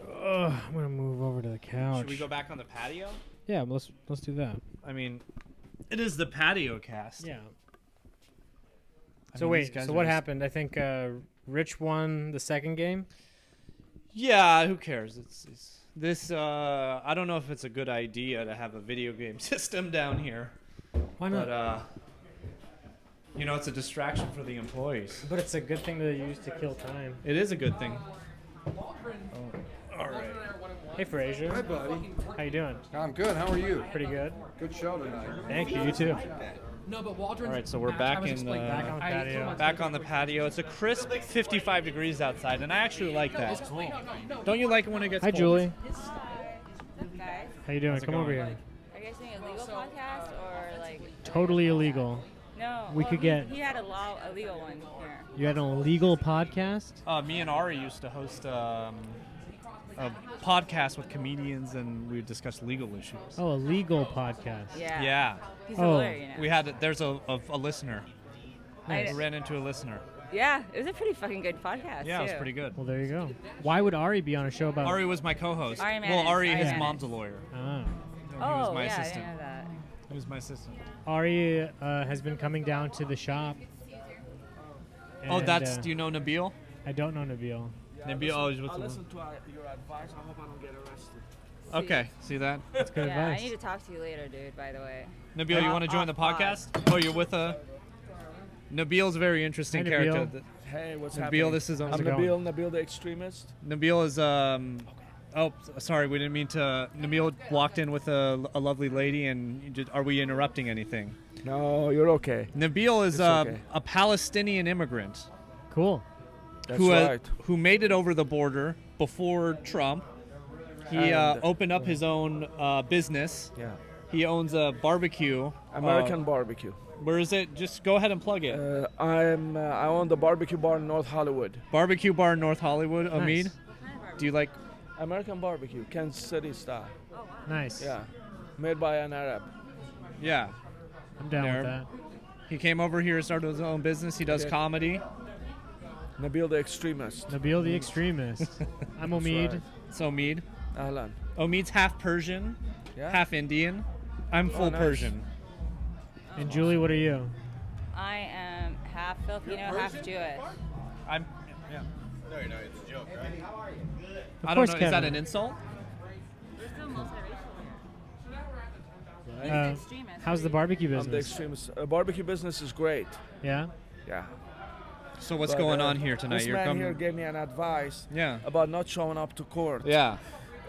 S1: Ugh, I'm gonna move over to the couch.
S11: Should we go back on the patio?
S1: Yeah, let's let's do that.
S11: I mean, it is the patio cast.
S1: Yeah.
S11: I
S1: so
S11: mean, these
S1: wait,
S11: guys
S1: so
S11: are
S1: what
S11: just-
S1: happened? I think uh, Rich won the second game.
S11: Yeah, who cares? It's, it's this. Uh, I don't know if it's a good idea to have a video game system down here.
S1: Why not?
S11: But, uh, you know, it's a distraction for the employees.
S1: But it's a good thing to use to kill time.
S11: It is a good thing.
S5: Oh.
S1: All right. Hey, Frazier.
S17: Hi, buddy.
S1: How you doing?
S17: I'm good. How are you?
S1: Pretty good.
S17: Good show tonight.
S1: Thank you. You too.
S5: No, but Waldron.
S11: All right, so we're back in the
S5: back on the patio.
S11: Back on the patio. It's a crisp 55 degrees outside, and I actually like that. Don't you like it when it gets
S1: Hi,
S11: cold?
S1: Julie.
S18: Guys,
S1: How you doing?
S11: How's it
S1: Come over
S11: going?
S1: here.
S18: are you guys doing a legal podcast
S19: uh,
S18: or like?
S1: Totally illegal.
S18: No.
S1: We
S18: well,
S1: could
S18: he-
S1: get.
S18: He had a law, a legal one here.
S1: You had an illegal podcast.
S11: Uh, me and Ari used to host um, a podcast with comedians, and we would discuss legal issues.
S1: Oh, a legal podcast.
S11: Yeah.
S18: He's a
S1: Oh.
S18: lawyer, you know.
S11: We had there's a, a, a listener.
S18: Nice.
S11: We ran into a listener.
S18: Yeah, it was a pretty fucking good podcast.
S11: Yeah, it was
S18: too.
S11: pretty good.
S1: Well, there you go. Why would Ari be on a show about?
S11: Ari was my co-host.
S18: Ari
S11: well,
S18: Manis, Ari
S11: Ari, his
S18: Manis.
S11: mom's a lawyer.
S1: Ah.
S11: He was
S18: Oh,
S11: my
S18: yeah,
S11: assistant.
S18: I didn't know that.
S11: He was my assistant.
S1: Ari uh, has been coming down to the shop.
S11: oh,
S1: And,
S11: that's.
S1: uh,
S11: do you know Nabil?
S1: I don't know Nabil.
S11: Nabil oh, he's with the-
S19: to uh, your advice. I hope I don't get arrested.
S11: Okay, see that? That's
S18: yeah, I need to talk to you later, dude. By the way.
S11: Nabil, you
S18: Uh,
S11: want to join the
S18: off pod.
S11: podcast? Oh, you're with a. Nabil's a very interesting
S17: Hi, Nabil.
S11: character. that-
S17: Hey, what's
S11: Nabil,
S17: happening?
S11: this is
S17: I'm Nabil, Nabil the extremist.
S11: Nabil is um. Oh, s- sorry, we didn't mean to. Nabil walked in with a, a lovely lady, and you did, are we interrupting anything?
S17: No, you're okay.
S11: Nabil is
S17: It's
S11: uh,
S17: okay.
S11: a Palestinian immigrant.
S1: Cool.
S17: That's
S11: who, uh,
S17: right.
S11: who made it over the border before Trump. He uh,
S17: And-
S11: opened up his own uh, business.
S17: Yeah.
S11: He owns a barbecue.
S17: American
S11: uh,
S17: barbecue.
S11: Where is it? Just go ahead and plug it.
S17: Uh, I'm uh, I own the barbecue bar in North Hollywood.
S11: Barbecue bar in North Hollywood. Amid,
S17: Nice.
S11: do you like?
S17: American barbecue, Kansas City style.
S1: Nice.
S17: Yeah. Made by an Arab.
S11: Yeah.
S1: I'm down with
S11: There.
S1: that.
S11: He came over here, started his own business. He does
S1: Okay.
S11: comedy.
S17: Nabil the extremist.
S1: Nabil the extremist. I'm
S11: That's
S1: Omid.
S11: right. It's Omid.
S17: Ahlan.
S11: Omid's half Persian,
S17: Yeah.
S11: half Indian. I'm
S17: Oh,
S11: full
S17: nice.
S11: Persian.
S1: And Julie, what are you?
S18: I am half Filipino, half
S4: Persian?
S18: Jewish.
S11: I'm. Yeah.
S4: No, no, it's a joke, right? how are you? Good.
S11: I don't know. Is that an insult?
S18: We're still multiracial here.
S1: Right. Uh, how's the barbecue
S17: I'm the
S1: business?
S17: extremist. Uh, barbecue business is great.
S1: Yeah.
S17: Yeah.
S11: So what's
S17: But,
S11: going
S17: uh,
S11: on here tonight?
S17: This
S11: You're
S17: man
S11: coming.
S17: here gave me an advice.
S11: Yeah.
S17: About not showing up to court.
S11: Yeah.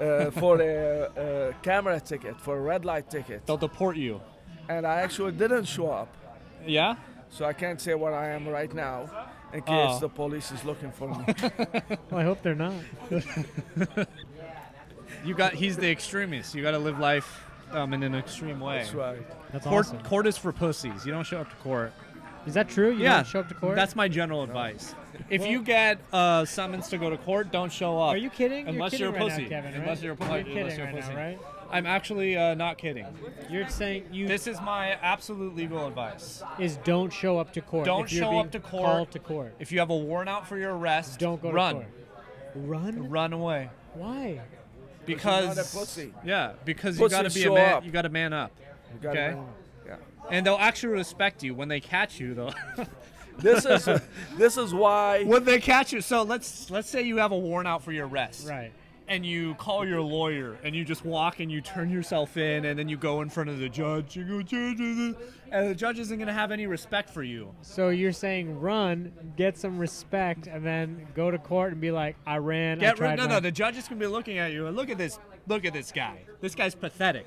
S17: Uh, for a, a camera ticket, for a red light ticket.
S11: They'll deport you.
S17: And I actually didn't show up.
S11: Yeah.
S17: So I can't say where I am right now, in case
S11: Oh.
S17: the police is looking for me.
S1: Well, I hope they're not.
S11: You got. He's the extremist. You got to live life um, in an extreme way.
S17: That's right. That's
S11: court,
S17: awesome.
S11: court is for pussies. You don't show up to court.
S1: Is that true? You
S11: yeah.
S1: don't show up to court?
S11: That's my general advice. If
S1: Well-
S11: you get uh, summons to go to court, don't show up.
S1: Are you kidding? You're
S11: Unless
S1: kidding
S11: you're,
S1: right
S11: a
S1: now,
S11: pussy.
S1: Kevin, right?
S11: Unless you're
S1: You're
S11: a pussy. unless
S1: kidding
S11: you're a
S1: right now,
S11: pussy.
S1: right?
S11: I'm actually uh, not kidding.
S1: You're saying you.
S11: This is my absolute legal advice.
S1: Is don't show up to court.
S11: Don't
S1: if you're
S11: show
S1: being
S11: up to court.
S1: Called to court.
S11: If you have a warrant out for your arrest,
S1: Don't go to
S11: run.
S1: court. Run.
S11: Run away.
S1: Why?
S11: Because
S17: Because you're not a pussy.
S11: yeah, because you
S17: Pussies
S11: got to be a
S17: show
S11: man.
S17: up.
S11: You got to man up.
S17: You gotta
S11: okay.
S17: man up, yeah.
S11: And they'll actually respect you when they catch you, though.
S17: This is this is why
S11: when they catch you. So let's let's say you have a warrant out for your arrest.
S1: Right.
S11: And you call your lawyer, and you just walk, and you turn yourself in, and then you go in front of the judge. You go, judge, uh, uh," and the judge isn't gonna have any respect for you.
S1: So you're saying run, get some respect, and then go to court and be like, I ran. I
S11: Get
S1: tried
S11: rid. No,
S1: my-
S11: no. The judge is gonna be looking at you. and Look at this. Look at this guy. This guy's pathetic.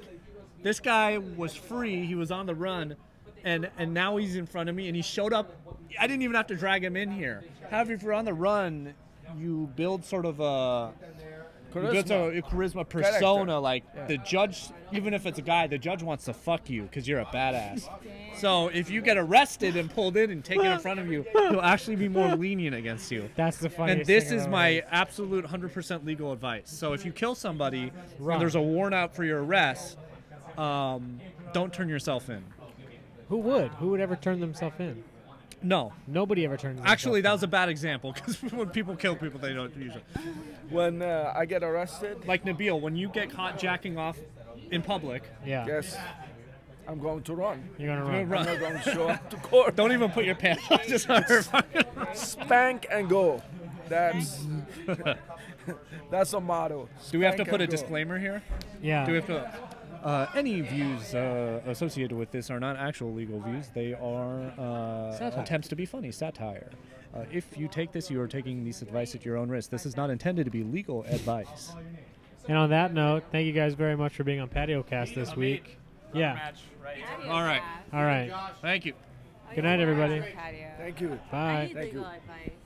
S11: This guy was free. He was on the run, and and now he's in front of me. And he showed up. I didn't even have to drag him in here. However, if you're on the run, you build sort of a you build sort of a charisma persona.
S3: Character.
S11: Like
S3: Yeah.
S11: the judge, even if it's a guy, the judge wants to fuck you because you're a badass. so if you get arrested and pulled in and taken in front of you, he'll actually be more lenient against you.
S1: That's the funniest.
S11: And this
S1: thing I've
S11: is
S1: ever
S11: my
S1: heard.
S11: absolute 100% legal advice. So if you kill somebody
S1: Run.
S11: and there's a warrant out for your arrest, um, don't turn yourself in.
S1: Who would? Who would ever turn themselves in?
S11: No.
S1: Nobody ever turns. themselves
S11: Actually,
S1: in.
S11: that was a bad example because when people kill people, they don't usually.
S17: When uh, I get arrested,
S11: like Nabil, when you get caught jacking off in public,
S1: Yeah.
S17: Yes. I'm going to run.
S1: You're gonna
S11: run.
S17: I'm not going to show up to court.
S11: Don't even put your pants on. Just
S17: spank and go. That's that's a motto.
S11: do we have to
S17: Spank
S11: put
S17: and
S11: a
S17: go.
S11: disclaimer here?
S1: Yeah.
S11: Do we have to? Uh, any views uh, associated with this are not actual legal views. They are uh,
S1: Satire.
S11: attempts to be funny, satire. Uh, if you take this, you are taking this advice at your own risk. This is not intended to be legal advice.
S1: And on that note, thank you guys very much for being on Patio Cast this week. Yeah.
S11: All right.
S1: All right.
S11: Thank you.
S1: Good night, everybody.
S18: Patio.
S17: Thank you.
S1: Bye.
S18: I need legal advice.